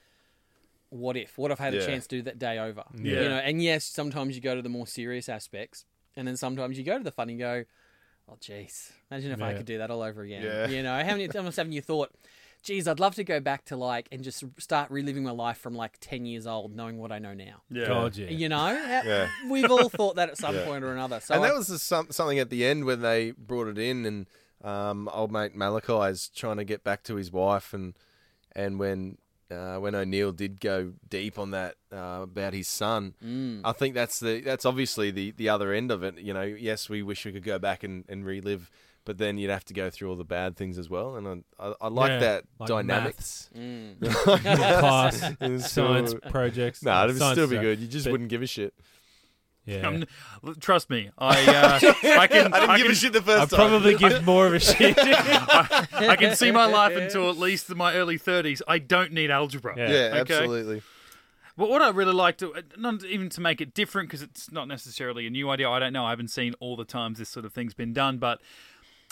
Speaker 2: "What if? What if I had a
Speaker 3: Yeah.
Speaker 2: chance to do that day over?"
Speaker 3: Yeah.
Speaker 2: You know, and yes, sometimes you go to the more serious aspects, and then sometimes you go to the fun and go, "Oh, jeez, imagine if I
Speaker 4: Yeah.
Speaker 2: could do that all over again."
Speaker 4: Yeah.
Speaker 2: You know, how many times haven't you thought? Geez, I'd love to go back to like and just start reliving my life from like ten years old, knowing what I know now.
Speaker 3: Yeah. God, yeah.
Speaker 2: You know,
Speaker 3: Yeah.
Speaker 2: we've all thought that at some
Speaker 3: Yeah.
Speaker 2: point or another. So
Speaker 3: and
Speaker 2: I-
Speaker 3: that was the some, something at the end when they brought it in, and um, old mate Malachi is trying to get back to his wife, and and when uh, when O'Neill did go deep on that uh, about his son,
Speaker 2: Mm.
Speaker 3: I think that's the that's obviously the the other end of it. You know, yes, we wish we could go back and, and relive. But then you'd have to go through all the bad things as well, and I, I, I like
Speaker 4: Yeah,
Speaker 3: that
Speaker 4: like
Speaker 3: dynamic.
Speaker 4: maths.
Speaker 2: Mm.
Speaker 4: Class,
Speaker 3: It was
Speaker 4: science
Speaker 3: still-
Speaker 4: projects,
Speaker 3: No, it'd
Speaker 4: science
Speaker 3: still be
Speaker 4: stuff,
Speaker 3: good. You just
Speaker 4: but-
Speaker 3: wouldn't give a shit.
Speaker 4: Yeah.
Speaker 1: Um, l- trust me, I uh, I can
Speaker 3: I didn't
Speaker 1: I
Speaker 3: give a
Speaker 1: can-
Speaker 3: shit the first
Speaker 4: I probably give more of a shit.
Speaker 1: I, I can see my life until at least my early thirties. I don't need algebra.
Speaker 3: Yeah,
Speaker 1: Okay?
Speaker 3: absolutely.
Speaker 1: But what I really like to, not even to make it different, because it's not necessarily a new idea. I don't know. I haven't seen all the times this sort of thing's been done. But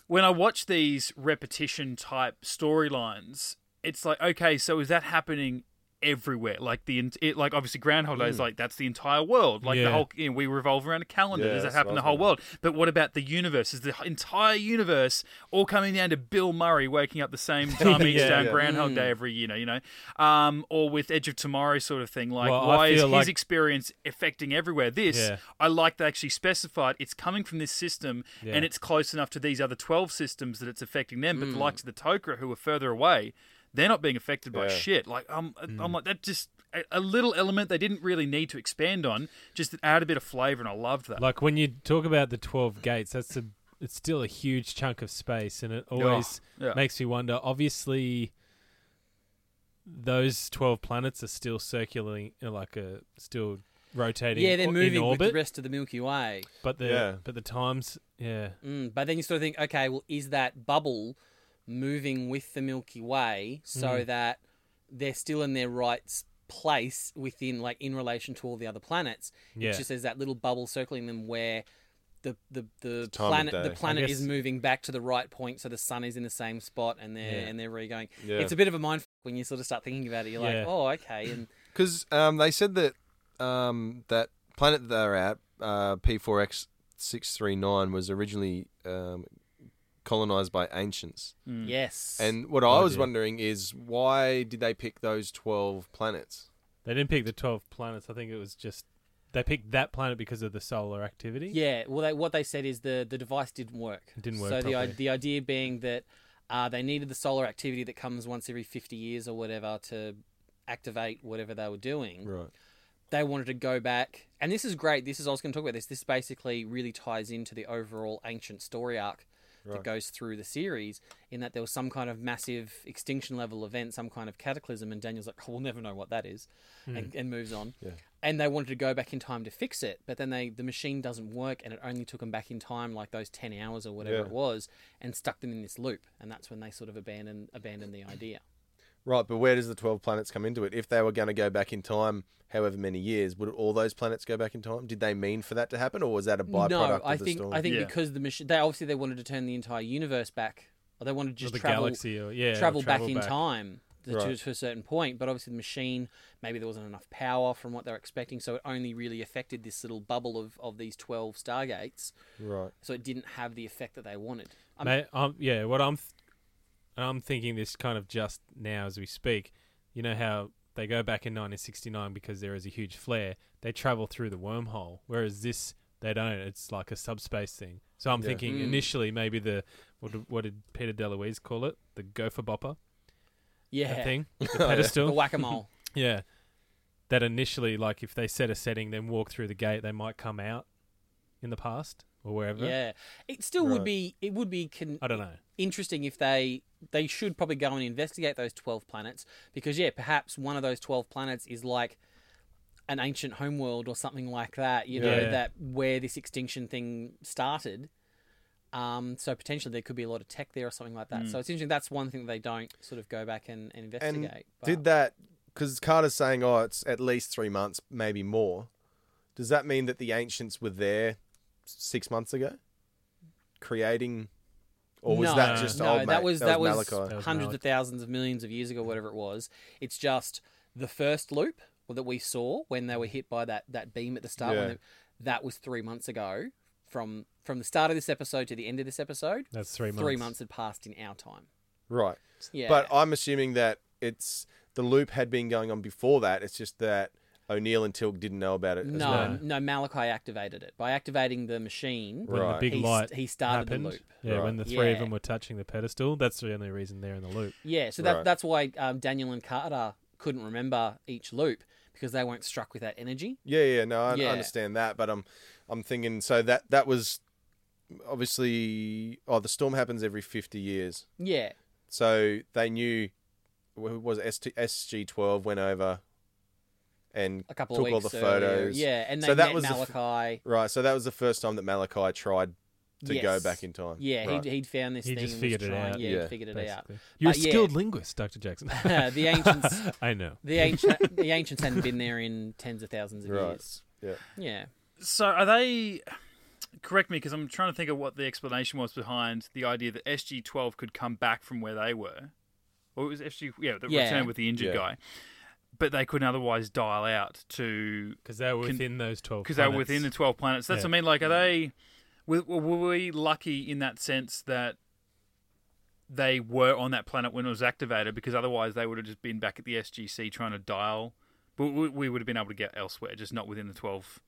Speaker 1: when I watch these repetition type storylines, it's like, okay, so is that happening everywhere? Like the, en- it, like obviously Groundhog Day is
Speaker 4: Mm.
Speaker 1: like that's the entire world. Like
Speaker 4: Yeah.
Speaker 1: the whole, you know, we revolve around a calendar.
Speaker 4: Yeah,
Speaker 1: Does that
Speaker 4: that's
Speaker 1: happen
Speaker 4: what I
Speaker 1: the whole
Speaker 4: was
Speaker 1: world? But what about the universe? Is the entire universe all coming down to Bill Murray waking up the same time each
Speaker 4: Yeah.
Speaker 1: day on
Speaker 4: Yeah.
Speaker 1: Groundhog
Speaker 4: Mm.
Speaker 1: Day every year? You know, um, or with Edge of Tomorrow sort of thing. Like,
Speaker 4: Well, I
Speaker 1: why is
Speaker 4: feel
Speaker 1: his
Speaker 4: like-
Speaker 1: experience affecting everywhere? This,
Speaker 4: Yeah.
Speaker 1: I like they actually specified it's coming from this system
Speaker 4: Yeah.
Speaker 1: and it's close enough to these other 12 systems that it's affecting them. But the
Speaker 4: Mm.
Speaker 1: likes of the Tokra, who are further away, they're not being affected by
Speaker 4: Yeah.
Speaker 1: shit. Like, um,
Speaker 4: Hmm.
Speaker 1: I'm like, that just a, a little element they didn't really need to expand on, just add a bit of flavor, and I loved that.
Speaker 4: Like when you talk about the twelve gates, that's a it's still a huge chunk of space, and it always
Speaker 1: yeah.
Speaker 4: makes me wonder. Obviously, those twelve planets are still circulating, you know, like a still rotating.
Speaker 2: Yeah, they're
Speaker 4: o-
Speaker 2: moving
Speaker 4: in
Speaker 2: with
Speaker 4: orbit,
Speaker 2: the rest of the Milky Way.
Speaker 4: but the
Speaker 2: Yeah.
Speaker 4: but the times, yeah,
Speaker 2: Mm, but then you sort of think, okay, well, is that bubble moving with the Milky Way so
Speaker 4: Mm.
Speaker 2: that they're still in their right s- place within, like, in relation to all the other planets?
Speaker 4: Yeah.
Speaker 2: It's just there's that little bubble circling them where the the, the
Speaker 4: time of
Speaker 2: planet
Speaker 4: day.
Speaker 2: the
Speaker 4: I
Speaker 2: planet
Speaker 4: guess-
Speaker 2: is moving back to the right point, so the sun is in the same spot, and they're
Speaker 3: Yeah.
Speaker 2: and they're re going.
Speaker 3: Yeah.
Speaker 2: It's a bit of a mind when you sort of start thinking about it. You're
Speaker 3: Yeah.
Speaker 2: like, oh, okay, and
Speaker 3: Because um, they said that um, that planet that they're at, uh, P4X six three nine, was originally um, colonized by ancients.
Speaker 2: Mm. Yes.
Speaker 3: And what I
Speaker 4: Oh,
Speaker 3: was
Speaker 4: dear.
Speaker 3: wondering is why did they pick those twelve planets?
Speaker 4: they didn't pick the twelve planets. I think it was just they picked that planet because of the solar activity.
Speaker 2: Yeah, well, they, what they said is the, the device didn't work.
Speaker 4: It didn't work
Speaker 2: So the, i-
Speaker 4: properly.
Speaker 2: the idea being that uh, they needed the solar activity that comes once every 50 years or whatever to activate whatever they were doing.
Speaker 3: Right.
Speaker 2: they wanted to go back. And this is great. This is I was going to talk about this. This basically really ties into the overall ancient story arc
Speaker 12: Right.
Speaker 2: that goes through the series. In that there was some kind of massive extinction level event, some kind of cataclysm, and Daniel's like, "Oh, we'll never know what that is," and,
Speaker 12: Hmm.
Speaker 2: and moves on.
Speaker 12: Yeah.
Speaker 2: And they wanted to go back in time to fix it, but then they the machine doesn't work, and it only took them back in time like those ten hours or whatever
Speaker 3: Yeah.
Speaker 2: it was, and stuck them in this loop. And that's when they sort of abandoned abandoned the idea.
Speaker 3: Right, but where does the 12 planets come into it? If they were going to go back in time however many years, would all those planets go back in time? Did they mean for that to happen, or was that a byproduct
Speaker 2: no,
Speaker 3: of
Speaker 2: I
Speaker 3: the
Speaker 2: think
Speaker 3: storm?
Speaker 2: I think because the machine, they obviously they wanted to turn the entire universe back, or they wanted to just
Speaker 4: the
Speaker 2: travel,
Speaker 4: galaxy or- yeah,
Speaker 2: travel,
Speaker 4: travel
Speaker 2: back in
Speaker 4: back.
Speaker 2: time to,
Speaker 4: Right.
Speaker 2: to, to a certain point. But obviously the machine, maybe there wasn't enough power from what they were expecting, so it only really affected this little bubble of, of these twelve stargates.
Speaker 3: Right.
Speaker 2: So it didn't have the effect that they wanted. I'm-
Speaker 4: Mate, um, yeah, what I'm, th- I'm thinking this kind of just now as we speak. You know how they go back in 1969 because there is a huge flare. They travel through the wormhole, whereas this they don't. It's like a subspace thing. So I'm
Speaker 3: Yeah.
Speaker 4: thinking
Speaker 2: Hmm.
Speaker 3: Mm.
Speaker 4: initially maybe the what, did- what did Peter DeLuise call it? The gopher bopper.
Speaker 2: Yeah.
Speaker 4: that thing, the
Speaker 2: Oh, yeah.
Speaker 4: pedestal,
Speaker 2: The whack-a-mole.
Speaker 4: yeah, that initially, like if they set a setting, then walk through the gate, they might come out in the past or wherever.
Speaker 2: Yeah, it still
Speaker 4: Right.
Speaker 2: would be it would be con-
Speaker 4: I don't know.
Speaker 2: interesting if they they should probably go and investigate those twelve planets because yeah, perhaps one of those twelve planets is like an ancient homeworld or something like that. You know
Speaker 4: Yeah.
Speaker 2: that where this extinction thing started. Um, so potentially there could be a lot of tech there or something like that.
Speaker 3: Mm.
Speaker 2: So it's interesting. That's one thing they don't sort of go back and, and investigate. but-
Speaker 3: Did that because Carter's saying, oh, it's at least three months, maybe more. Does that mean that the ancients were there six months ago, creating, or was
Speaker 2: no,
Speaker 3: that just
Speaker 2: no,
Speaker 3: old?
Speaker 2: that
Speaker 3: mate?
Speaker 2: was that, was,
Speaker 3: Malachi.
Speaker 2: hundreds of thousands of millions of years ago, whatever it was. It's just the first loop that we saw when they were hit by that that beam at the start. When
Speaker 4: Yeah.
Speaker 2: they, that was three months ago from from the start of this episode to the end of this episode.
Speaker 4: That's three
Speaker 2: Three
Speaker 4: months.
Speaker 2: months had passed in our time.
Speaker 3: Right.
Speaker 2: Yeah.
Speaker 3: But I'm assuming that it's the loop had been going on before that. It's just that O'Neill and Tilk didn't know about it. as
Speaker 2: No,
Speaker 3: well.
Speaker 2: no, Malachi activated it by activating the machine.
Speaker 3: When the Right. big
Speaker 2: he,
Speaker 4: light
Speaker 2: he started
Speaker 4: happened.
Speaker 2: the loop.
Speaker 4: Yeah, when the three
Speaker 2: Yeah.
Speaker 4: of them were touching the pedestal, that's the only reason they're in the loop.
Speaker 2: Yeah, so that, that's why um, Daniel and Carter couldn't remember each loop because they weren't struck with that energy.
Speaker 3: Yeah, yeah, no, I, I
Speaker 2: Yeah.
Speaker 3: understand that, but I'm, I'm thinking. So that that was, obviously, oh, the storm happens every fifty years.
Speaker 2: Yeah.
Speaker 3: So they knew, wh- who was it, ST, SG12 went over, and
Speaker 2: A couple of
Speaker 3: took all the
Speaker 2: weeks earlier.
Speaker 3: photos.
Speaker 2: Yeah, and they
Speaker 3: so that
Speaker 2: met
Speaker 3: was the
Speaker 2: Malachi.
Speaker 3: right, so that was the first time that Malachi tried to go
Speaker 2: Yes.
Speaker 3: back in time.
Speaker 2: Yeah,
Speaker 3: right.
Speaker 2: he'd, he'd found this
Speaker 4: He
Speaker 2: thing.
Speaker 4: just
Speaker 2: and was
Speaker 4: figured it
Speaker 2: trying-
Speaker 4: out.
Speaker 2: Yeah,
Speaker 4: Yeah,
Speaker 2: he figured it out.
Speaker 4: basically. You're a
Speaker 2: But yeah,
Speaker 4: skilled linguist, Dr. Jackson.
Speaker 2: the ancients.
Speaker 4: I know.
Speaker 2: The ancient. the ancients hadn't been there in tens of thousands of
Speaker 3: Right,
Speaker 2: years.
Speaker 3: Yeah.
Speaker 2: Yeah.
Speaker 1: So are they? Correct me because I'm trying to think of what the explanation was behind the idea that SG12 could come back from where they were, or it was SG yeah that
Speaker 4: Yeah.
Speaker 1: returned with the injured
Speaker 4: Yeah.
Speaker 1: guy, but they couldn't otherwise dial out to
Speaker 4: because they were within those 12
Speaker 1: because they were
Speaker 4: planets.
Speaker 1: within the 12 planets. That's
Speaker 4: Yeah.
Speaker 1: what I mean. Like, are they? Were, were we lucky in that sense that they were on that planet when it was activated? Because otherwise, they would have just been back at the SGC trying to dial. But we, we would have been able to get elsewhere, just not within the 12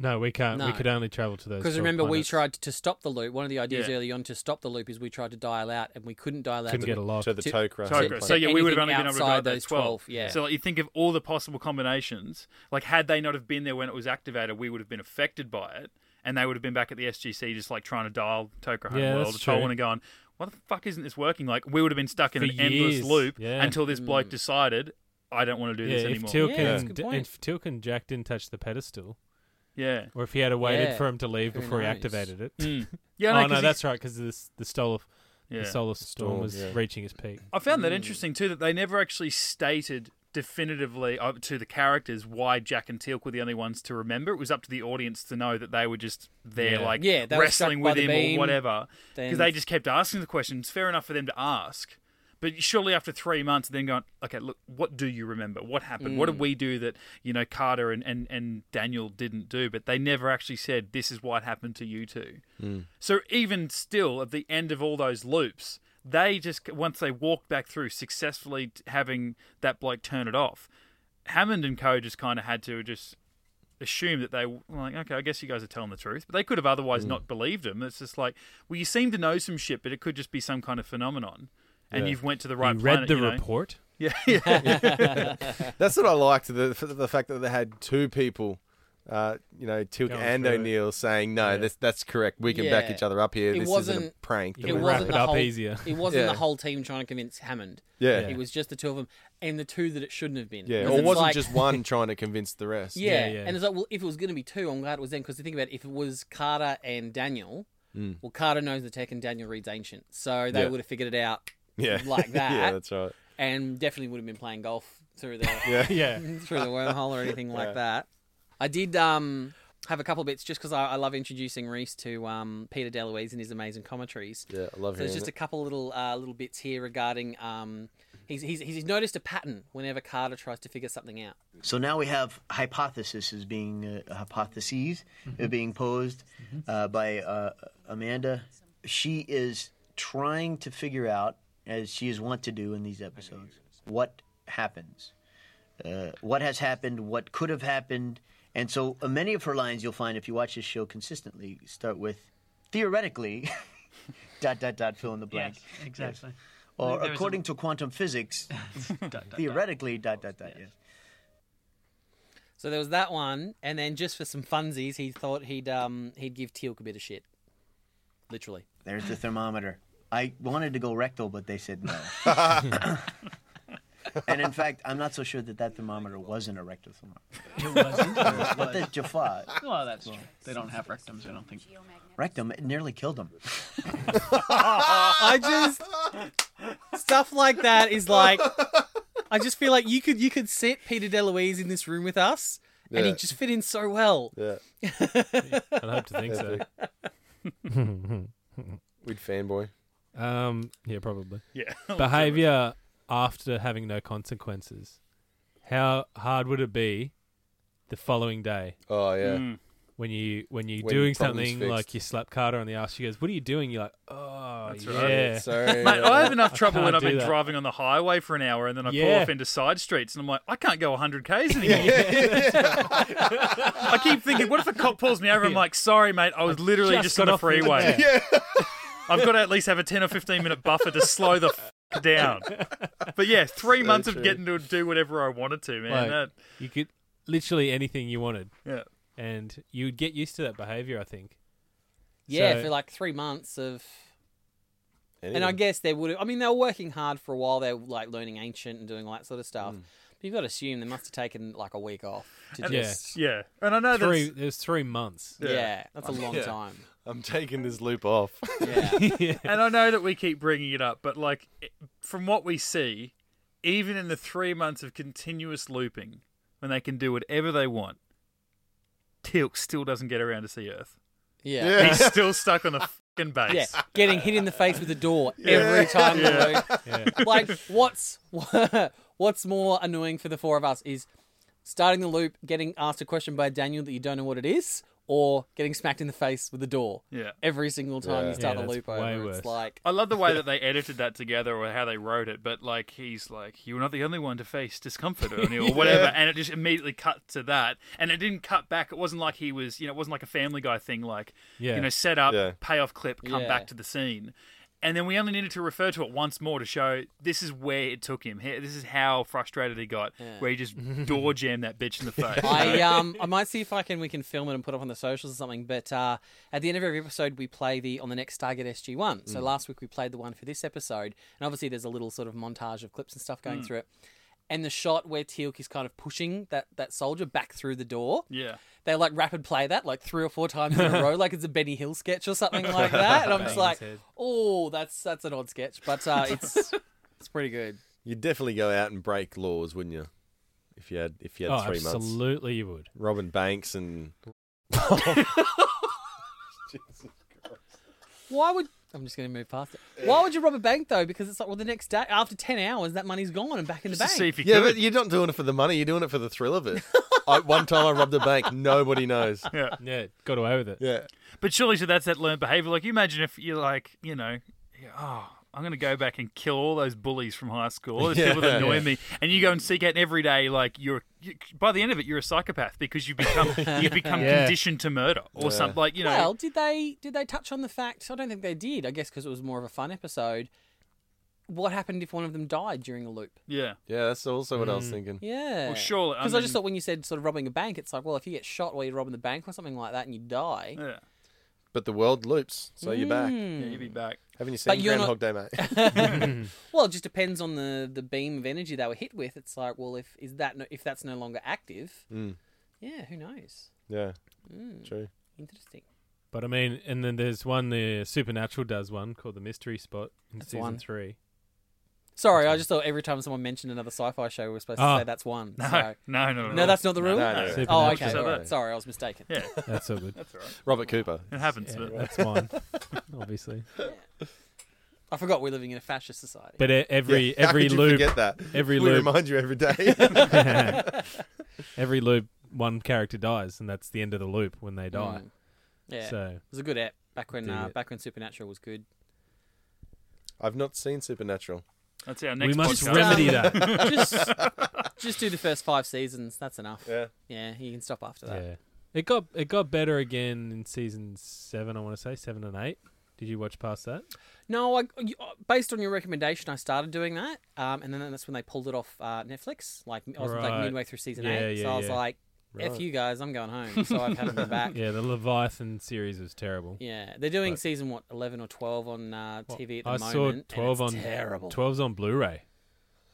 Speaker 4: No, we can't. We
Speaker 2: No.
Speaker 4: could only travel to those.
Speaker 2: Because
Speaker 4: 12
Speaker 2: remember, we
Speaker 4: planets.
Speaker 2: tried to stop the loop. One of the ideas
Speaker 1: Yeah.
Speaker 2: early on to stop the loop is we tried to dial out, and we couldn't dial out.
Speaker 4: Couldn't
Speaker 2: to
Speaker 4: get a lock. To the Tok'ra.
Speaker 1: So,
Speaker 4: Tok'ra.
Speaker 1: so yeah, we would have only
Speaker 2: anything
Speaker 1: been able to
Speaker 2: outside
Speaker 1: divide those
Speaker 2: those
Speaker 1: 12.
Speaker 2: Yeah.
Speaker 1: So like, you think of all the possible combinations. Like, had they not have been there when it was activated, we would have been affected by it, and they would have been back at the SGC just like trying to dial Tokra Home
Speaker 4: Yeah,
Speaker 1: World,
Speaker 4: that's
Speaker 1: or
Speaker 4: true.
Speaker 1: Tolan and going, why the fuck isn't this working? Like, we would have been stuck in
Speaker 4: For
Speaker 1: an endless
Speaker 4: years,
Speaker 1: loop
Speaker 4: yeah.
Speaker 1: until this bloke decided, I don't want to do
Speaker 4: yeah,
Speaker 1: this
Speaker 4: if
Speaker 1: anymore.
Speaker 4: Tilkin, if Tilkin Jack didn't touch the pedestal.
Speaker 1: Yeah.
Speaker 4: Or if he had a waited
Speaker 1: Yeah.
Speaker 4: for him to leave
Speaker 1: Who
Speaker 4: before he
Speaker 1: knows?
Speaker 4: activated it.
Speaker 1: Mm. Yeah, no,
Speaker 4: oh,
Speaker 1: 'cause
Speaker 4: no,
Speaker 1: he-
Speaker 4: that's right, because the solar,
Speaker 1: Yeah.
Speaker 4: the solar storm,
Speaker 3: Storm,
Speaker 4: was
Speaker 3: yeah.
Speaker 4: reaching its peak.
Speaker 1: I found that interesting too that they never actually stated definitively up to the characters why Jack and Teal'c were the only ones to remember. It was up to the audience to know that they were just there,
Speaker 4: Yeah.
Speaker 1: like
Speaker 4: Yeah, they were
Speaker 1: wrestling with
Speaker 4: struck by
Speaker 1: him
Speaker 4: the beam,
Speaker 1: or whatever, because
Speaker 4: then-
Speaker 1: they just kept asking the questions. Fair enough for them to ask. But surely after three months, then going, okay, look, what do you remember? What happened? What
Speaker 4: Mm.
Speaker 1: did we do that, you know, Carter and, and, and Daniel didn't do? But they never actually said, this is what happened to you two.
Speaker 3: Mm.
Speaker 1: So even still, at the end of all those loops, they just once they walked back through successfully t- having that bloke turn it off. Hammond and Co just kind of had to just assume that they were like, okay, I guess you guys are telling the truth, but they could have otherwise
Speaker 4: Mm.
Speaker 1: not believed him. It's just like, well, you seem to know some shit, but it could just be some kind of phenomenon, and
Speaker 4: Yeah.
Speaker 1: you've went to the right.
Speaker 4: You read
Speaker 1: planet,
Speaker 4: the
Speaker 1: you know?
Speaker 4: report?
Speaker 3: Yeah, yeah. that's what I liked the the fact that they had two people, uh, you know, Tilk
Speaker 4: Going
Speaker 3: and
Speaker 4: through it.
Speaker 3: O'Neill saying no, that's that's correct. We can back
Speaker 2: Yeah.
Speaker 3: each other up here.
Speaker 2: It
Speaker 3: this
Speaker 2: wasn't
Speaker 3: isn't a prank.
Speaker 2: It wasn't the whole, It wasn't
Speaker 3: Yeah.
Speaker 2: the whole team trying to convince Hammond.
Speaker 3: Yeah. Yeah.
Speaker 2: it was just the two of them and the two that it shouldn't have been.
Speaker 3: Yeah,
Speaker 2: 'Cause
Speaker 3: or
Speaker 2: it's
Speaker 3: wasn't
Speaker 2: like-
Speaker 3: just one trying to convince the rest.
Speaker 2: Yeah. and it's like, well, if it was going to be two, I'm glad it was them because think about it, if it was Carter and Daniel,
Speaker 3: Mm.
Speaker 2: well, Carter knows the tech and Daniel reads ancient, so they
Speaker 3: Yeah.
Speaker 2: would have figured it out.
Speaker 3: Yeah.
Speaker 2: like that.
Speaker 3: Yeah, that's right.
Speaker 2: And definitely would have been playing golf through the
Speaker 3: Yeah. Yeah.
Speaker 2: through the wormhole or anything
Speaker 3: Yeah.
Speaker 2: like that. I did um have a couple bits just because I, I love introducing Reese to um Peter DeLuise and his amazing commentaries.
Speaker 3: Yeah, I love
Speaker 2: So there's
Speaker 3: hearing
Speaker 2: just
Speaker 3: it.
Speaker 2: a couple little uh, little bits here regarding um he's, he's he's noticed a pattern whenever Carter tries to figure something out.
Speaker 5: So now we have hypotheses as being uh, hypotheses
Speaker 6: Mm-hmm.
Speaker 5: uh, being posed uh, by uh, Amanda. She is trying to figure out, as she is wont to do in these episodes, what happens, uh, what has happened, what could have happened, and so uh, many of her lines you'll find if you watch this show consistently start with theoretically, dot dot dot fill in the blank. Yes.
Speaker 6: exactly.
Speaker 5: Or
Speaker 6: There was a-
Speaker 5: according to quantum physics, theoretically, dot dot dot. Yes.
Speaker 2: So there was that one, and then just for some funsies, he thought he'd um he'd give Teal'c a bit of shit, literally.
Speaker 5: There's the thermometer. I wanted to go rectal, but they said no. and in fact, I'm not so sure that that thermometer wasn't a rectal thermometer.
Speaker 6: It wasn't. It was
Speaker 5: but the Jaffa
Speaker 6: Well, that's true. They don't have rectums, I don't think.
Speaker 5: rectum it nearly killed him.
Speaker 2: I just stuff like that is like I just feel like you could you could sit Peter DeLuise in this room with us, and
Speaker 4: Yeah.
Speaker 2: he'd just fit in so well.
Speaker 3: Yeah.
Speaker 4: I'd hope to think so.
Speaker 3: We'd fanboy.
Speaker 4: Um, yeah, probably.
Speaker 1: Yeah.
Speaker 4: Behavior after having no consequences. How hard would it be the following day?
Speaker 3: Oh yeah. Mm.
Speaker 4: When you when you're
Speaker 3: When
Speaker 4: doing
Speaker 3: problem's
Speaker 4: something
Speaker 3: fixed.
Speaker 4: like you slap Carter on the ass, she goes, "What are you doing?" You're like, "Oh,
Speaker 1: That's
Speaker 4: yeah."
Speaker 1: right. Mate, I have enough trouble when I've been driving on the highway for an hour and then I
Speaker 4: Yeah.
Speaker 1: pull off into side streets and I'm like, I can't go 100 k's anymore. I keep thinking, what if a cop pulls me over? I'm like, sorry, mate, I was literally just,
Speaker 4: just
Speaker 1: on
Speaker 4: got
Speaker 1: a
Speaker 4: off the-
Speaker 1: freeway.
Speaker 4: Yeah.
Speaker 1: I've got to at least have a 10 or 15 minute buffer to slow the f- down. But yeah, three
Speaker 4: So
Speaker 1: months
Speaker 4: true.
Speaker 1: of getting to do whatever I wanted to, man.
Speaker 4: Like,
Speaker 1: that,
Speaker 4: You could literally anything you wanted.
Speaker 1: Yeah.
Speaker 4: And you'd get used to that behavior, I think.
Speaker 2: Yeah,
Speaker 4: So-
Speaker 2: for like three months of. And I
Speaker 4: Anyway.
Speaker 2: guess they would have. I mean, they were working hard for a while. They were like learning ancient and doing all that sort of stuff. But you've got to assume they must have taken like a week off to
Speaker 4: Yeah.
Speaker 2: just.
Speaker 1: Yeah. And I know
Speaker 4: three,
Speaker 1: that's-
Speaker 4: there's three months.
Speaker 2: Yeah, Yeah, that's a
Speaker 4: I'm-
Speaker 2: long
Speaker 4: yeah.
Speaker 2: time.
Speaker 3: I'm taking this loop off.
Speaker 1: and I know that we keep bringing it up, but like it- from what we see, even in the three months of continuous looping, when they can do whatever they want, Tilk still doesn't get around to see Earth.
Speaker 2: Yeah. Yeah.
Speaker 1: he's still stuck on the fucking base.
Speaker 2: Yeah, getting hit in the face with a door every time. you
Speaker 1: Yeah.
Speaker 2: know.
Speaker 1: Yeah.
Speaker 2: Like, what's what's more annoying for the four of us is starting the loop, getting asked a question by Daniel that you don't know what it is, or getting smacked in the face with a door.
Speaker 1: Yeah.
Speaker 2: every single time you
Speaker 1: Yeah.
Speaker 2: start
Speaker 1: Yeah,
Speaker 2: the
Speaker 1: that's
Speaker 2: loop over,
Speaker 1: way
Speaker 2: it's like
Speaker 1: I love the way that they edited that together or how they wrote it, but like he's like, You're not the only one to face discomfort or, or whatever
Speaker 4: Yeah.
Speaker 1: and it just immediately cut to that. And it didn't cut back. It wasn't like he was you know, it wasn't like a family guy thing like
Speaker 4: Yeah.
Speaker 1: you know, set up,
Speaker 4: Yeah.
Speaker 1: payoff clip, come
Speaker 4: Yeah.
Speaker 1: back to the scene. And then we only needed to refer to it once more to show this is where it took him. Here this is how frustrated he got,
Speaker 2: Yeah.
Speaker 1: where he just door jammed that bitch in the face.
Speaker 2: I um I might see if I can we can film it and put it up on the socials or something. But uh, at the end of every episode, we play the on the next Stargate SG one. So
Speaker 12: Mm.
Speaker 2: last week we played the one for this episode, and obviously there's a little sort of montage of clips and stuff going
Speaker 12: Mm.
Speaker 2: through it. And the shot where Teal'c is kind of pushing that that soldier back through the door.
Speaker 1: Yeah.
Speaker 2: They like rapid play that like three or four times in a row, like it's a Benny Hill sketch or something like that. And I'm just
Speaker 4: Bang his
Speaker 2: like,
Speaker 4: head.
Speaker 2: oh, that's that's an odd sketch, but uh, it's it's pretty good.
Speaker 3: You'd definitely go out and break laws, wouldn't you? If you had if you had
Speaker 4: Oh,
Speaker 3: three months.
Speaker 4: absolutely you would.
Speaker 3: Robin Banks and
Speaker 2: Why would I'm just going to move past it? Why would you rob a bank though? Because it's like, well, the next day after ten hours, that money's gone and back in the bank.
Speaker 3: yeah, but you're not doing it for the money. You're doing it for the thrill of it. I, one time I robbed a bank. Nobody knows.
Speaker 1: Yeah.
Speaker 4: Yeah, got away with it.
Speaker 3: Yeah.
Speaker 1: But surely, so that's that learned behavior. Like, you imagine if you're like, you know, yeah, oh, I'm going to go back and kill all those bullies from high school, all those people that
Speaker 4: Yeah.
Speaker 1: annoy
Speaker 4: Yeah.
Speaker 1: me, and you go and seek out every day. Like, you're you, by the end of it, you're a psychopath because you become you become
Speaker 4: Yeah.
Speaker 1: conditioned to murder or
Speaker 4: Yeah.
Speaker 1: something. Like, you know,
Speaker 2: well, did they did they touch on the fact? I don't think they did. I guess because it was more of a fun episode. what happened if one of them died during a loop?
Speaker 1: Yeah.
Speaker 3: Yeah, that's also what I
Speaker 4: Hmm.
Speaker 3: was
Speaker 2: Mm.
Speaker 3: thinking.
Speaker 2: Yeah.
Speaker 1: Well, surely, I
Speaker 2: Because I, just
Speaker 1: mean-
Speaker 2: thought when you said sort of robbing a bank, it's like, well, if you get shot while you're robbing the bank or something like that and you die.
Speaker 1: Yeah.
Speaker 3: But the world loops, so you're back.
Speaker 4: Hmm.
Speaker 2: Mm. Yeah, you'd be back.
Speaker 3: Haven't you
Speaker 2: But
Speaker 3: seen
Speaker 2: you're
Speaker 3: Groundhog
Speaker 2: not-
Speaker 3: Day, mate?
Speaker 2: Well, it just depends on the, the beam of energy they were hit with. It's like, well, if is that no, if that's no longer active,
Speaker 3: Mm.
Speaker 2: yeah, who knows?
Speaker 3: yeah,
Speaker 2: Mm.
Speaker 3: true.
Speaker 2: Interesting.
Speaker 4: But I mean, and then there's one the Supernatural does one called the Mystery Spot in
Speaker 2: That's
Speaker 4: season
Speaker 2: one.
Speaker 4: three.
Speaker 2: Sorry, I just thought every time someone mentioned another sci-fi show, we're supposed to
Speaker 4: Oh.
Speaker 2: say that's one.
Speaker 1: No,
Speaker 2: so.
Speaker 1: no, no, no.
Speaker 2: no, that's not the
Speaker 1: No,
Speaker 2: rule.
Speaker 1: no, no.
Speaker 2: Oh,
Speaker 1: Supernatural
Speaker 2: okay.
Speaker 1: said
Speaker 2: all
Speaker 1: that.
Speaker 2: right. Sorry, I was mistaken.
Speaker 1: Yeah.
Speaker 4: That's all good.
Speaker 1: That's all right.
Speaker 3: Robert Cooper.
Speaker 1: It happens,
Speaker 4: Yeah,
Speaker 1: but
Speaker 4: that's one, obviously.
Speaker 2: I forgot we're living in a fascist society.
Speaker 4: But e- every
Speaker 3: Yeah, how
Speaker 4: every
Speaker 3: could you
Speaker 4: loop,
Speaker 3: forget that?
Speaker 4: every
Speaker 3: We
Speaker 4: loop
Speaker 3: remind you every day.
Speaker 4: every loop, one character dies, and that's the end of the loop when they die.
Speaker 2: Mm. Yeah.
Speaker 4: So
Speaker 2: it was a good app back when
Speaker 4: Dig
Speaker 2: uh,
Speaker 4: it.
Speaker 2: back when Supernatural was good.
Speaker 3: I've not seen Supernatural.
Speaker 1: That's our
Speaker 4: next must podcast. remedy
Speaker 2: Um,
Speaker 4: that.
Speaker 2: just, just do the first five seasons. That's enough.
Speaker 3: Yeah.
Speaker 2: Yeah, you can stop after that.
Speaker 4: yeah, it got it got better again in season seven. I want to say seven and eight. Did you watch past that?
Speaker 2: No, I you- uh, based on your recommendation, I started doing that, um, and then that's when they pulled it off uh, Netflix. Like I was like
Speaker 4: Right.
Speaker 2: midway through season
Speaker 4: Yeah,
Speaker 2: eight, so
Speaker 4: yeah,
Speaker 2: I was
Speaker 4: yeah.
Speaker 2: like, "F
Speaker 4: Right.
Speaker 2: you guys, I'm going home." So I've had them back.
Speaker 4: Yeah, the Leviathan series was terrible.
Speaker 2: Yeah, they're doing
Speaker 4: But-
Speaker 2: season what eleven or twelve on uh, TV at the
Speaker 4: I
Speaker 2: moment.
Speaker 4: saw
Speaker 2: and
Speaker 4: twelve
Speaker 2: it's
Speaker 4: on
Speaker 2: terrible.
Speaker 4: 12's on Blu-ray.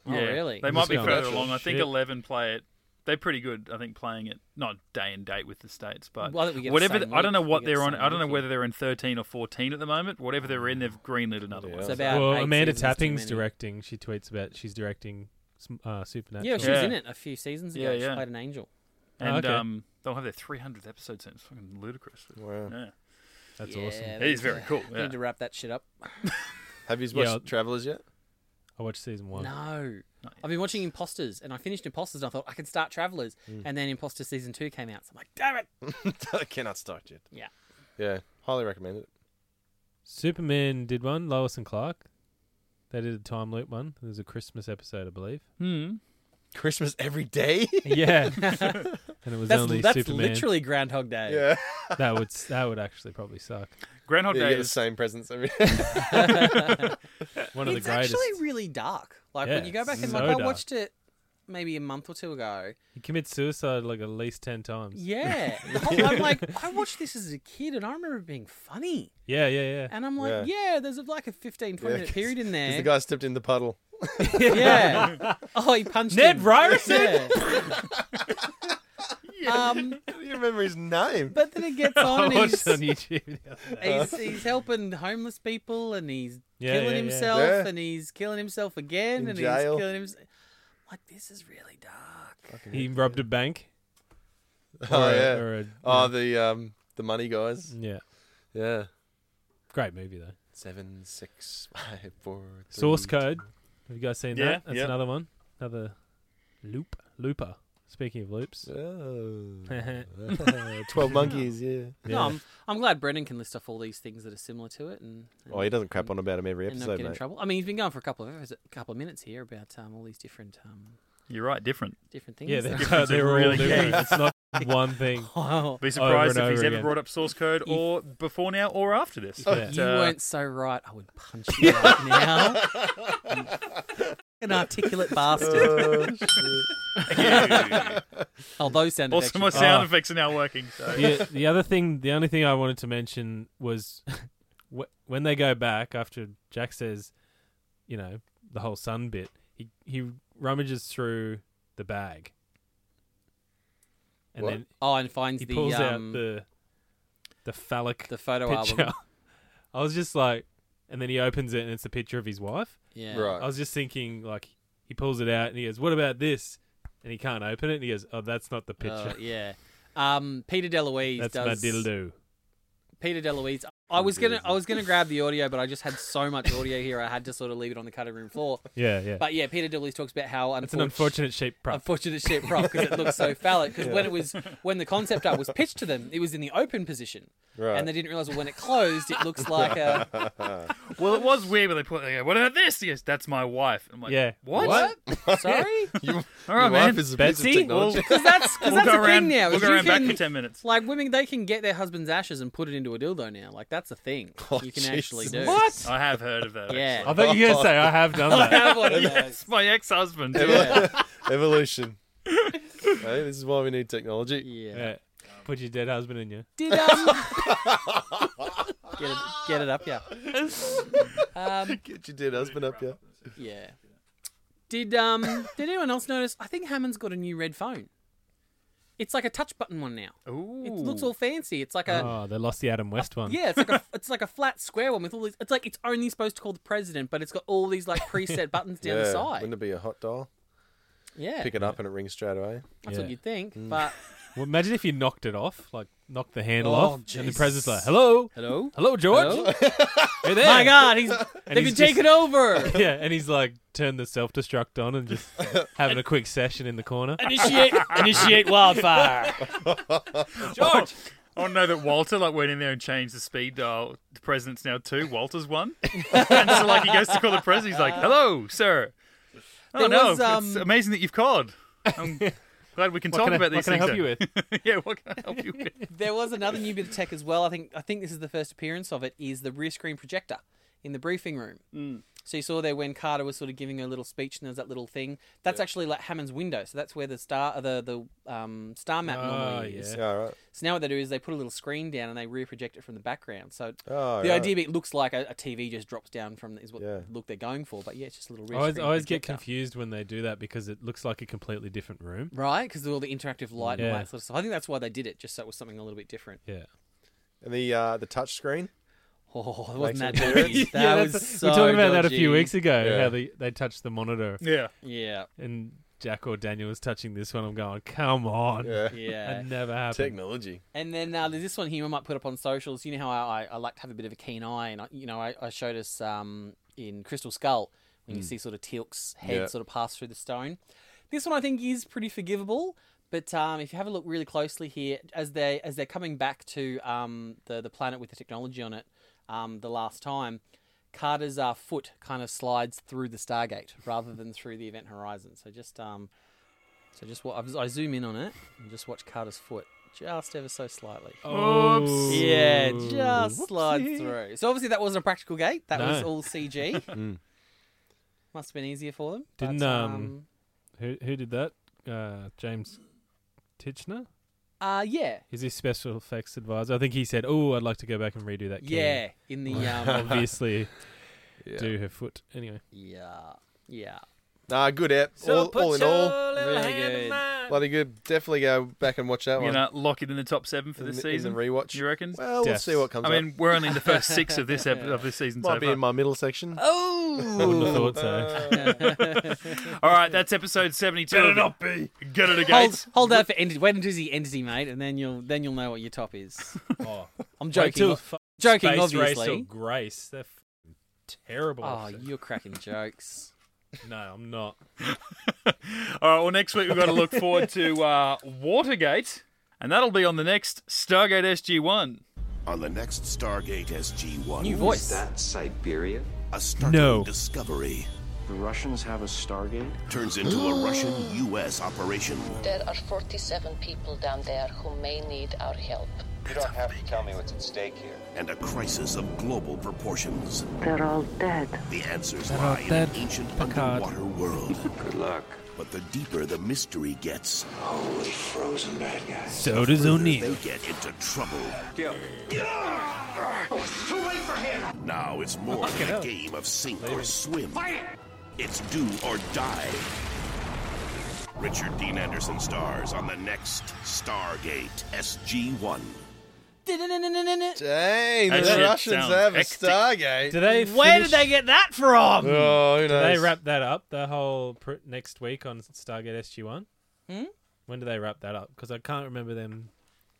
Speaker 2: Oh,
Speaker 1: Yeah,
Speaker 2: really?
Speaker 1: They might be
Speaker 4: Discount.
Speaker 1: further along. I think
Speaker 4: Shit.
Speaker 1: eleven play it. They're pretty good, I think, playing it not day and date with the states, but
Speaker 2: Well, I think we get the
Speaker 1: whatever.
Speaker 2: same
Speaker 1: I don't know
Speaker 2: week.
Speaker 1: what
Speaker 2: We get
Speaker 1: they're
Speaker 2: the
Speaker 1: on.
Speaker 2: same
Speaker 1: I don't know
Speaker 2: week,
Speaker 1: whether they're in thirteen or fourteen at the moment. Whatever they're in, they've greenlit another one.
Speaker 2: It's about
Speaker 4: well,
Speaker 2: eight
Speaker 4: Amanda
Speaker 2: seasons too
Speaker 4: Tapping's
Speaker 2: many.
Speaker 4: directing. She tweets about she's directing some, uh, Supernatural.
Speaker 2: Yeah, she was in it a few seasons ago.
Speaker 1: Yeah, yeah.
Speaker 2: She played an angel.
Speaker 4: Oh,
Speaker 1: and
Speaker 4: okay.
Speaker 1: um, they'll have their three hundredth episode soon. It's fucking ludicrous.
Speaker 3: Wow.
Speaker 1: Yeah,
Speaker 4: That's
Speaker 2: Yeah,
Speaker 4: awesome.
Speaker 2: they-
Speaker 1: He's very cool,
Speaker 2: Need
Speaker 1: yeah.
Speaker 2: to wrap that shit up.
Speaker 3: Have you watched
Speaker 4: Yeah, I'll-
Speaker 3: Travelers yet?
Speaker 4: I watched season one.
Speaker 2: No. I've been watching Imposters, and I finished Imposters, and I thought I could start Travelers,
Speaker 4: Mm.
Speaker 2: and then Imposters season two came out. So I'm like, damn it!
Speaker 3: I cannot start yet.
Speaker 2: Yeah.
Speaker 3: Yeah, highly recommend it.
Speaker 4: Superman did one. Lois and Clark. They did a time loop one. There's a Christmas episode, I believe.
Speaker 1: Hmm.
Speaker 3: Christmas every day.
Speaker 4: Yeah, and it was
Speaker 2: that's
Speaker 4: only
Speaker 2: that's
Speaker 4: Superman.
Speaker 2: literally Groundhog Day.
Speaker 3: Yeah.
Speaker 4: that would that would actually probably suck.
Speaker 1: Groundhog
Speaker 3: Yeah, you
Speaker 1: Day
Speaker 3: get the
Speaker 1: is
Speaker 3: same presents every.
Speaker 4: One of the
Speaker 2: it's
Speaker 4: greatest.
Speaker 2: actually really dark. Like when
Speaker 4: Yeah,
Speaker 2: you go back and
Speaker 4: so
Speaker 2: like I
Speaker 4: dark.
Speaker 2: watched it maybe a month or two ago.
Speaker 4: He commits suicide like at least ten times.
Speaker 2: Yeah, The whole- I'm like I watched this as a kid, and I remember it being funny.
Speaker 4: Yeah, yeah, yeah.
Speaker 2: And I'm like, yeah, there's like a 15, 20
Speaker 3: Yeah,
Speaker 2: minute period in
Speaker 3: Because
Speaker 2: there.
Speaker 3: the guy stepped in the puddle.
Speaker 2: yeah. Oh, he punched
Speaker 4: Ned
Speaker 2: him.
Speaker 4: Ryerson?
Speaker 2: Yeah. Um,
Speaker 3: I don't even remember his name.
Speaker 2: but then it gets on,
Speaker 4: I
Speaker 2: and
Speaker 4: watched
Speaker 2: he's,
Speaker 4: it on YouTube. the other day.
Speaker 2: he's he's helping homeless people, and he's
Speaker 4: Yeah,
Speaker 2: killing
Speaker 4: yeah, yeah.
Speaker 2: himself,
Speaker 3: Yeah.
Speaker 2: and he's killing himself again,
Speaker 3: In
Speaker 2: and
Speaker 3: jail.
Speaker 2: he's killing himself. Like this is really dark.
Speaker 4: He robbed a bank.
Speaker 3: Oh
Speaker 4: Or a-
Speaker 3: yeah.
Speaker 4: or a-
Speaker 3: oh the um the money guys.
Speaker 4: Yeah,
Speaker 3: Yeah.
Speaker 4: great movie though.
Speaker 3: Seven six five four. Three,
Speaker 4: Source Code. Have you guys seen
Speaker 1: Yeah,
Speaker 4: that? That's
Speaker 1: yeah.
Speaker 4: another one. Another loop. Looper. Speaking of loops.
Speaker 3: Oh.
Speaker 4: yeah.
Speaker 3: Twelve monkeys. Yeah.
Speaker 2: No, I'm, I'm glad Brennan can list off all these things that are similar to it, and, and
Speaker 3: Oh, he doesn't crap on about him every
Speaker 2: and not
Speaker 3: episode,
Speaker 2: get in
Speaker 3: mate.
Speaker 2: trouble. I mean, he's been going for a couple of hours- a couple of minutes here about um, all these different um,
Speaker 1: You're right. Different.
Speaker 2: different things.
Speaker 4: yeah,
Speaker 2: that-
Speaker 4: they're, they're all
Speaker 1: really
Speaker 4: different. It's not one thing.
Speaker 2: Wow.
Speaker 1: Be
Speaker 4: Over and
Speaker 1: surprised if he's
Speaker 4: over
Speaker 1: ever
Speaker 4: again.
Speaker 1: brought up source code
Speaker 2: You-
Speaker 1: or before now or after this.
Speaker 4: Yeah.
Speaker 1: But,
Speaker 2: You
Speaker 1: uh,
Speaker 2: weren't so right. I would punch you right now. You An articulate bastard.
Speaker 3: Oh, shit.
Speaker 2: Oh, those sound
Speaker 1: Also, my
Speaker 2: effects.
Speaker 1: sound
Speaker 4: Ah.
Speaker 1: effects are now working. So.
Speaker 4: the, the other thing, the only thing I wanted to mention was wh- when they go back after Jack says, you know, the whole sun bit. He he rummages through the bag, and
Speaker 3: What?
Speaker 4: then
Speaker 2: Oh, and finds
Speaker 4: he
Speaker 2: the
Speaker 4: pulls
Speaker 2: um,
Speaker 4: out the the phallic
Speaker 2: the photo
Speaker 4: picture.
Speaker 2: album.
Speaker 4: I was just like, and then he opens it and it's a picture of his wife.
Speaker 2: Yeah.
Speaker 3: Right.
Speaker 4: I was just thinking, like, he pulls it out and he goes, "What about this?" And he can't open it. And he goes, "Oh, that's not the
Speaker 2: Uh,
Speaker 4: picture.
Speaker 2: yeah. Um, Peter DeLuise
Speaker 4: that's my
Speaker 2: does
Speaker 4: dildo."
Speaker 2: Peter DeLuise. I was gonna I was gonna grab the audio, but I just had so much audio here. I had to sort of leave it on the cutting room floor.
Speaker 4: Yeah, yeah.
Speaker 2: But yeah, Peter DeLuise talks about how
Speaker 4: It's an unfortunate shape prop.
Speaker 2: unfortunate shit prop because it looks so phallic. Because when it was when the concept art was pitched to them, it was in the open position,
Speaker 3: Right.
Speaker 2: and they didn't realize well, when it closed, it looks like a
Speaker 1: Well, it was weird when they put. They go, what about this? Yes, that's my wife. I'm like,
Speaker 4: Yeah.
Speaker 1: What?
Speaker 2: sorry.
Speaker 3: Your,
Speaker 1: All right,
Speaker 3: your
Speaker 1: man.
Speaker 3: wife is a piece of
Speaker 4: Betsy?
Speaker 3: technology.
Speaker 2: Because that's because that's
Speaker 1: we'll go
Speaker 2: the
Speaker 1: around.
Speaker 2: thing now.
Speaker 1: we'll
Speaker 2: is
Speaker 1: go
Speaker 2: you
Speaker 1: around back
Speaker 2: can-
Speaker 1: for ten minutes.
Speaker 2: Like women, they can get their husband's ashes and put it into a dildo now. Like that's a thing you can actually do.
Speaker 1: Jesus. I have heard of that.
Speaker 2: Yeah.
Speaker 1: actually.
Speaker 4: I thought you were gonna say, "I have done that."
Speaker 2: I have one of those.
Speaker 1: yes, my ex-husband.
Speaker 3: Evol- Evolution. hey, this is why we need technology.
Speaker 4: Yeah. Put your dead husband in you.
Speaker 2: Did um get it get it up, yeah. Um,
Speaker 3: Get your dead husband up, yeah.
Speaker 2: yeah. Did um did anyone else notice? I think Hammond's got a new red phone. It's like a touch button one now.
Speaker 1: Ooh.
Speaker 2: It looks all fancy. It's like a
Speaker 4: oh, they lost the Adam West one.
Speaker 2: Uh, yeah. It's like a it's like a flat square one with all these. It's like it's only supposed to call the president, but it's got all these like preset buttons down
Speaker 3: yeah.
Speaker 2: the side.
Speaker 3: Wouldn't it be a hot dial?
Speaker 2: Yeah,
Speaker 3: Pick it up and it rings straight away.
Speaker 2: that's
Speaker 4: Yeah.
Speaker 2: what you'd think. But
Speaker 4: Well, imagine if you knocked it off, like knocked the handle
Speaker 2: Oh,
Speaker 4: off, and the
Speaker 2: Jesus.
Speaker 4: president's like, "Hello,
Speaker 2: hello,
Speaker 4: hello, George,
Speaker 2: Hello?
Speaker 4: Hey there."
Speaker 2: my God, he's they've
Speaker 4: he's
Speaker 2: been taken over.
Speaker 4: Yeah, and he's like, turned the self destruct on and just having a quick session in the corner.
Speaker 2: initiate initiate wildfire.
Speaker 1: George. I want to know Oh, that Walter like went in there and changed the speed dial. The president's now two. Walter's one. and so like he goes to call the president. He's like, "Hello, sir." Oh
Speaker 2: There
Speaker 1: no!
Speaker 2: was,
Speaker 1: It's
Speaker 2: um,
Speaker 1: amazing that you've called. I'm glad we can
Speaker 4: What
Speaker 1: talk
Speaker 4: can I-
Speaker 1: about
Speaker 4: what
Speaker 1: these
Speaker 4: can I
Speaker 1: things.
Speaker 4: help you
Speaker 1: with? yeah, what can I help you with?
Speaker 2: There was another new bit of tech as well. I think I think this is the first appearance of it. Is the rear screen projector in the briefing room? Mm. So you saw there when Carter was sort of giving her little speech, and there was that little thing. That's actually like Hammond's window. So that's where the star, uh, the the um, star map
Speaker 4: Oh,
Speaker 2: normally is.
Speaker 4: yeah.
Speaker 3: Yeah, all right.
Speaker 2: So now what they do is they put a little screen down and they rear project it from the background. So
Speaker 3: Oh,
Speaker 2: the
Speaker 3: right.
Speaker 2: idea being it looks like a, a TV just drops down from is what
Speaker 3: Yeah.
Speaker 2: look they're going for. But yeah, it's just a little
Speaker 4: I
Speaker 2: rear
Speaker 4: always,
Speaker 2: screen
Speaker 4: I always get
Speaker 2: projector.
Speaker 4: confused when they do that because it looks like a completely different room.
Speaker 2: Right, because all the interactive light and all
Speaker 4: Yeah.
Speaker 2: that sort of stuff. I think that's why they did it, just so it was something a little bit different.
Speaker 4: Yeah.
Speaker 3: And the uh, the touch screen.
Speaker 2: Oh, it wasn't that
Speaker 3: Makes it
Speaker 2: dodgy. That
Speaker 4: yeah,
Speaker 2: was
Speaker 4: that's-
Speaker 2: so
Speaker 4: we talked about that a
Speaker 2: dodgy.
Speaker 4: few weeks ago.
Speaker 3: Yeah.
Speaker 4: How they they touched the monitor
Speaker 1: Yeah.
Speaker 2: Yeah,
Speaker 4: and Jack or Daniel was touching this one. I'm going, come on,
Speaker 3: Yeah.
Speaker 2: yeah.
Speaker 4: that never happened.
Speaker 3: Technology.
Speaker 2: And then uh, there's this one here I might put up on socials. You know how I, I, I like to have a bit of a keen eye, and I, you know I, I showed us um, in Crystal Skull when you see sort of Teal'c's head
Speaker 3: Yeah.
Speaker 2: sort of pass through the stone. This one I think is pretty forgivable, but um, if you have a look really closely here, as they as they're coming back to um, the the planet with the technology on it, um, the last time. Carter's uh, foot kind of slides through the Stargate rather than through the event horizon. So just um, so just what I zoom in on it and just watch Carter's foot just ever so slightly.
Speaker 4: Oh. Oops.
Speaker 2: Yeah, just slide through. So obviously that wasn't a practical gate. That was
Speaker 4: No.
Speaker 2: all CG. Must have been easier for them.
Speaker 4: Didn't,
Speaker 2: but,
Speaker 4: um, Who who did that? Uh, James Titchener.
Speaker 2: um, uh yeah.
Speaker 4: Is his special effects advisor? I think he said, "Oh, I'd like to go back and redo that."
Speaker 2: Yeah, in the um
Speaker 4: obviously do her foot anyway.
Speaker 2: yeah. Yeah.
Speaker 3: Nah, good app. all, all in all,
Speaker 2: Really good.
Speaker 3: bloody good. Definitely go back and watch that
Speaker 1: You're
Speaker 3: one.
Speaker 1: gonna lock it in the top seven for
Speaker 3: In
Speaker 1: this
Speaker 3: the- in the
Speaker 1: season.
Speaker 3: rewatch.
Speaker 1: You reckon?
Speaker 3: Well, we'll
Speaker 4: Def.
Speaker 3: see what comes
Speaker 1: I mean, we're only in the first six of this episode of this season
Speaker 3: up. Might
Speaker 1: so
Speaker 3: be
Speaker 1: far.
Speaker 3: in my middle section.
Speaker 4: Wouldn't have
Speaker 2: Oh
Speaker 4: thought so.
Speaker 1: All right, that's episode seventy-two. Get it up, B. Get it again.
Speaker 2: Hold, hold out for entity. Wait until the entity, mate, and then you'll then you'll know what your top is.
Speaker 4: Oh.
Speaker 2: I'm
Speaker 4: Wait till
Speaker 2: joking,
Speaker 4: fu-
Speaker 2: joking,
Speaker 4: Space Race or
Speaker 2: obviously.
Speaker 4: Grace. They're f- terrible.
Speaker 2: Oh,
Speaker 4: options.
Speaker 2: you're cracking jokes.
Speaker 4: No, I'm not.
Speaker 1: All right. Well, next week we've got to look forward to uh, Watergate, and that'll be on the next Stargate SG One.
Speaker 8: On the next Stargate SG-1,
Speaker 2: New voice.
Speaker 12: Siberia?
Speaker 8: a startling
Speaker 4: No.
Speaker 8: discovery
Speaker 12: The Russians have a Stargate?
Speaker 8: turns into a Russian-U.S. operation.
Speaker 13: There are 47 people down there who may need our help.
Speaker 12: You don't have to tell me what's at stake here.
Speaker 8: and a crisis of global proportions.
Speaker 11: They're all dead.
Speaker 8: The answers lie in an ancient underwater world.
Speaker 12: Good luck.
Speaker 8: but the deeper the mystery gets,
Speaker 12: Holy frozen bad guys.
Speaker 4: So does
Speaker 8: further
Speaker 4: O'Neill.
Speaker 8: they get into trouble.
Speaker 12: Gil.
Speaker 8: Too late for him! Now it's more than a game of sink or swim. It's do or die. Richard Dean Anderson stars on the next Stargate SG-1.
Speaker 3: Dang,
Speaker 1: That
Speaker 3: the
Speaker 1: shit
Speaker 3: Russians
Speaker 1: sounds
Speaker 3: have a
Speaker 1: hectic.
Speaker 3: Stargate.
Speaker 4: Do they?
Speaker 2: Where
Speaker 4: finish-
Speaker 2: did they get that from?
Speaker 3: Oh, who knows?
Speaker 4: Do they wrap that up? The whole pr- next week on Stargate SG One.
Speaker 2: Hmm?
Speaker 4: When do they wrap that up? Because I can't remember them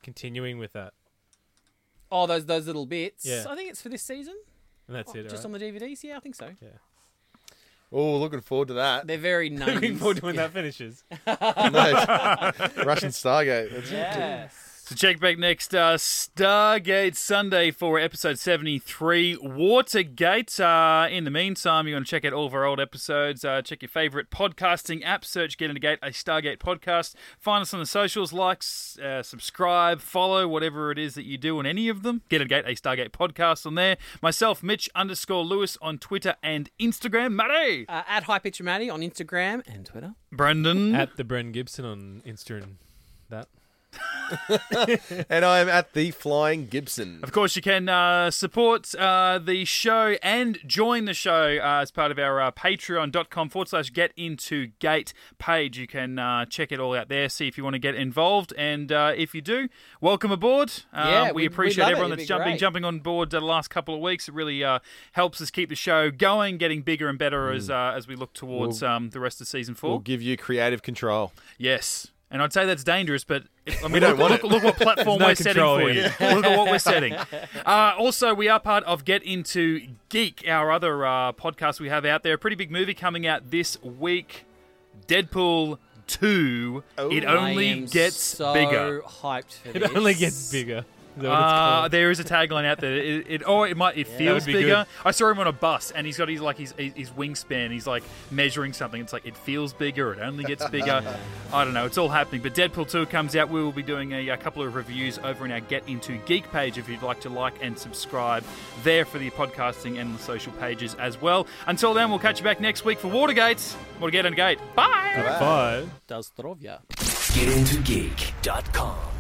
Speaker 4: continuing with that.
Speaker 2: Oh, those those little bits.
Speaker 4: Yeah.
Speaker 2: I think it's for this season.
Speaker 4: And that's
Speaker 2: Oh,
Speaker 4: it.
Speaker 2: just
Speaker 4: right?
Speaker 2: on the DVDs. Yeah, I think so.
Speaker 3: Oh, looking forward to that.
Speaker 2: They're very
Speaker 4: Looking
Speaker 2: nineties.
Speaker 4: forward to when that finishes.
Speaker 3: No, Russian Stargate. That's
Speaker 2: yes.
Speaker 1: So check back next uh, Stargate Sunday for episode 73, Watergate. Uh, in the meantime, you want to check out all of our old episodes. Uh, check your favorite podcasting app. Search Get Into Gate, a Stargate podcast. Find us on the socials. Like, s- uh, subscribe, follow, whatever it is that you do on any of them. Get Into Gate, a Stargate podcast on there. Myself, Mitch underscore Lewis on Twitter and Instagram. Matty!
Speaker 2: Uh, at High Pitcher Maddie on Instagram and Twitter.
Speaker 1: Brendan.
Speaker 4: At the Bren Gibson on Insta and that.
Speaker 3: and I'm at the Flying Gibson.
Speaker 1: Of course, you can uh, support uh, the show and join the show uh, as part of our uh, patreon.com forward slash get into gate page. You can uh, check it all out there, see if you want to get involved. And uh, if you do, welcome aboard. Uh,
Speaker 2: Yeah,
Speaker 1: we
Speaker 2: we'd- we'd
Speaker 1: appreciate
Speaker 2: love it.
Speaker 1: everyone
Speaker 2: It'd
Speaker 1: that's
Speaker 2: be
Speaker 1: jumping
Speaker 2: great.
Speaker 1: jumping on board the last couple of weeks. It really uh, helps us keep the show going, getting bigger and
Speaker 2: Mm.
Speaker 1: better as, uh, as we look towards
Speaker 3: We'll-
Speaker 1: um, the rest of season 4
Speaker 3: We'll give you creative control.
Speaker 1: Yes. And I'd say that's dangerous, but if, I mean,
Speaker 3: We don't
Speaker 1: look,
Speaker 3: want
Speaker 1: look,
Speaker 3: it.
Speaker 1: look what platform
Speaker 3: There's no
Speaker 1: we're setting
Speaker 3: control
Speaker 1: for you.
Speaker 3: here.
Speaker 1: look at what we're setting. Uh, also, we are part of Get Into Geek, our other uh, podcast we have out there. A pretty big movie coming out this week Deadpool 2.
Speaker 3: Oh,
Speaker 1: it only
Speaker 2: I am
Speaker 1: gets
Speaker 2: so
Speaker 1: bigger.
Speaker 2: Hyped. For
Speaker 4: It
Speaker 2: this.
Speaker 4: only gets bigger. Is that what it's
Speaker 1: Uh,
Speaker 4: called?
Speaker 1: there is a tagline out there. It, it oh, it might it
Speaker 4: Yeah.
Speaker 1: feels
Speaker 4: That would be
Speaker 1: bigger. I saw him on a bus, and he's got his like his his his wingspan. He's like measuring something. It's like it feels bigger. It only gets bigger. I don't know. It's all happening. But Deadpool two comes out. We will be doing a, a couple of reviews over in our Get Into Geek page. If you'd like to like and subscribe there for the podcasting and the social pages as well. Until then, we'll catch you back next week for Watergate. Watergate and Gate. Bye.
Speaker 2: Does Trovia.
Speaker 14: GetIntoGeek.com.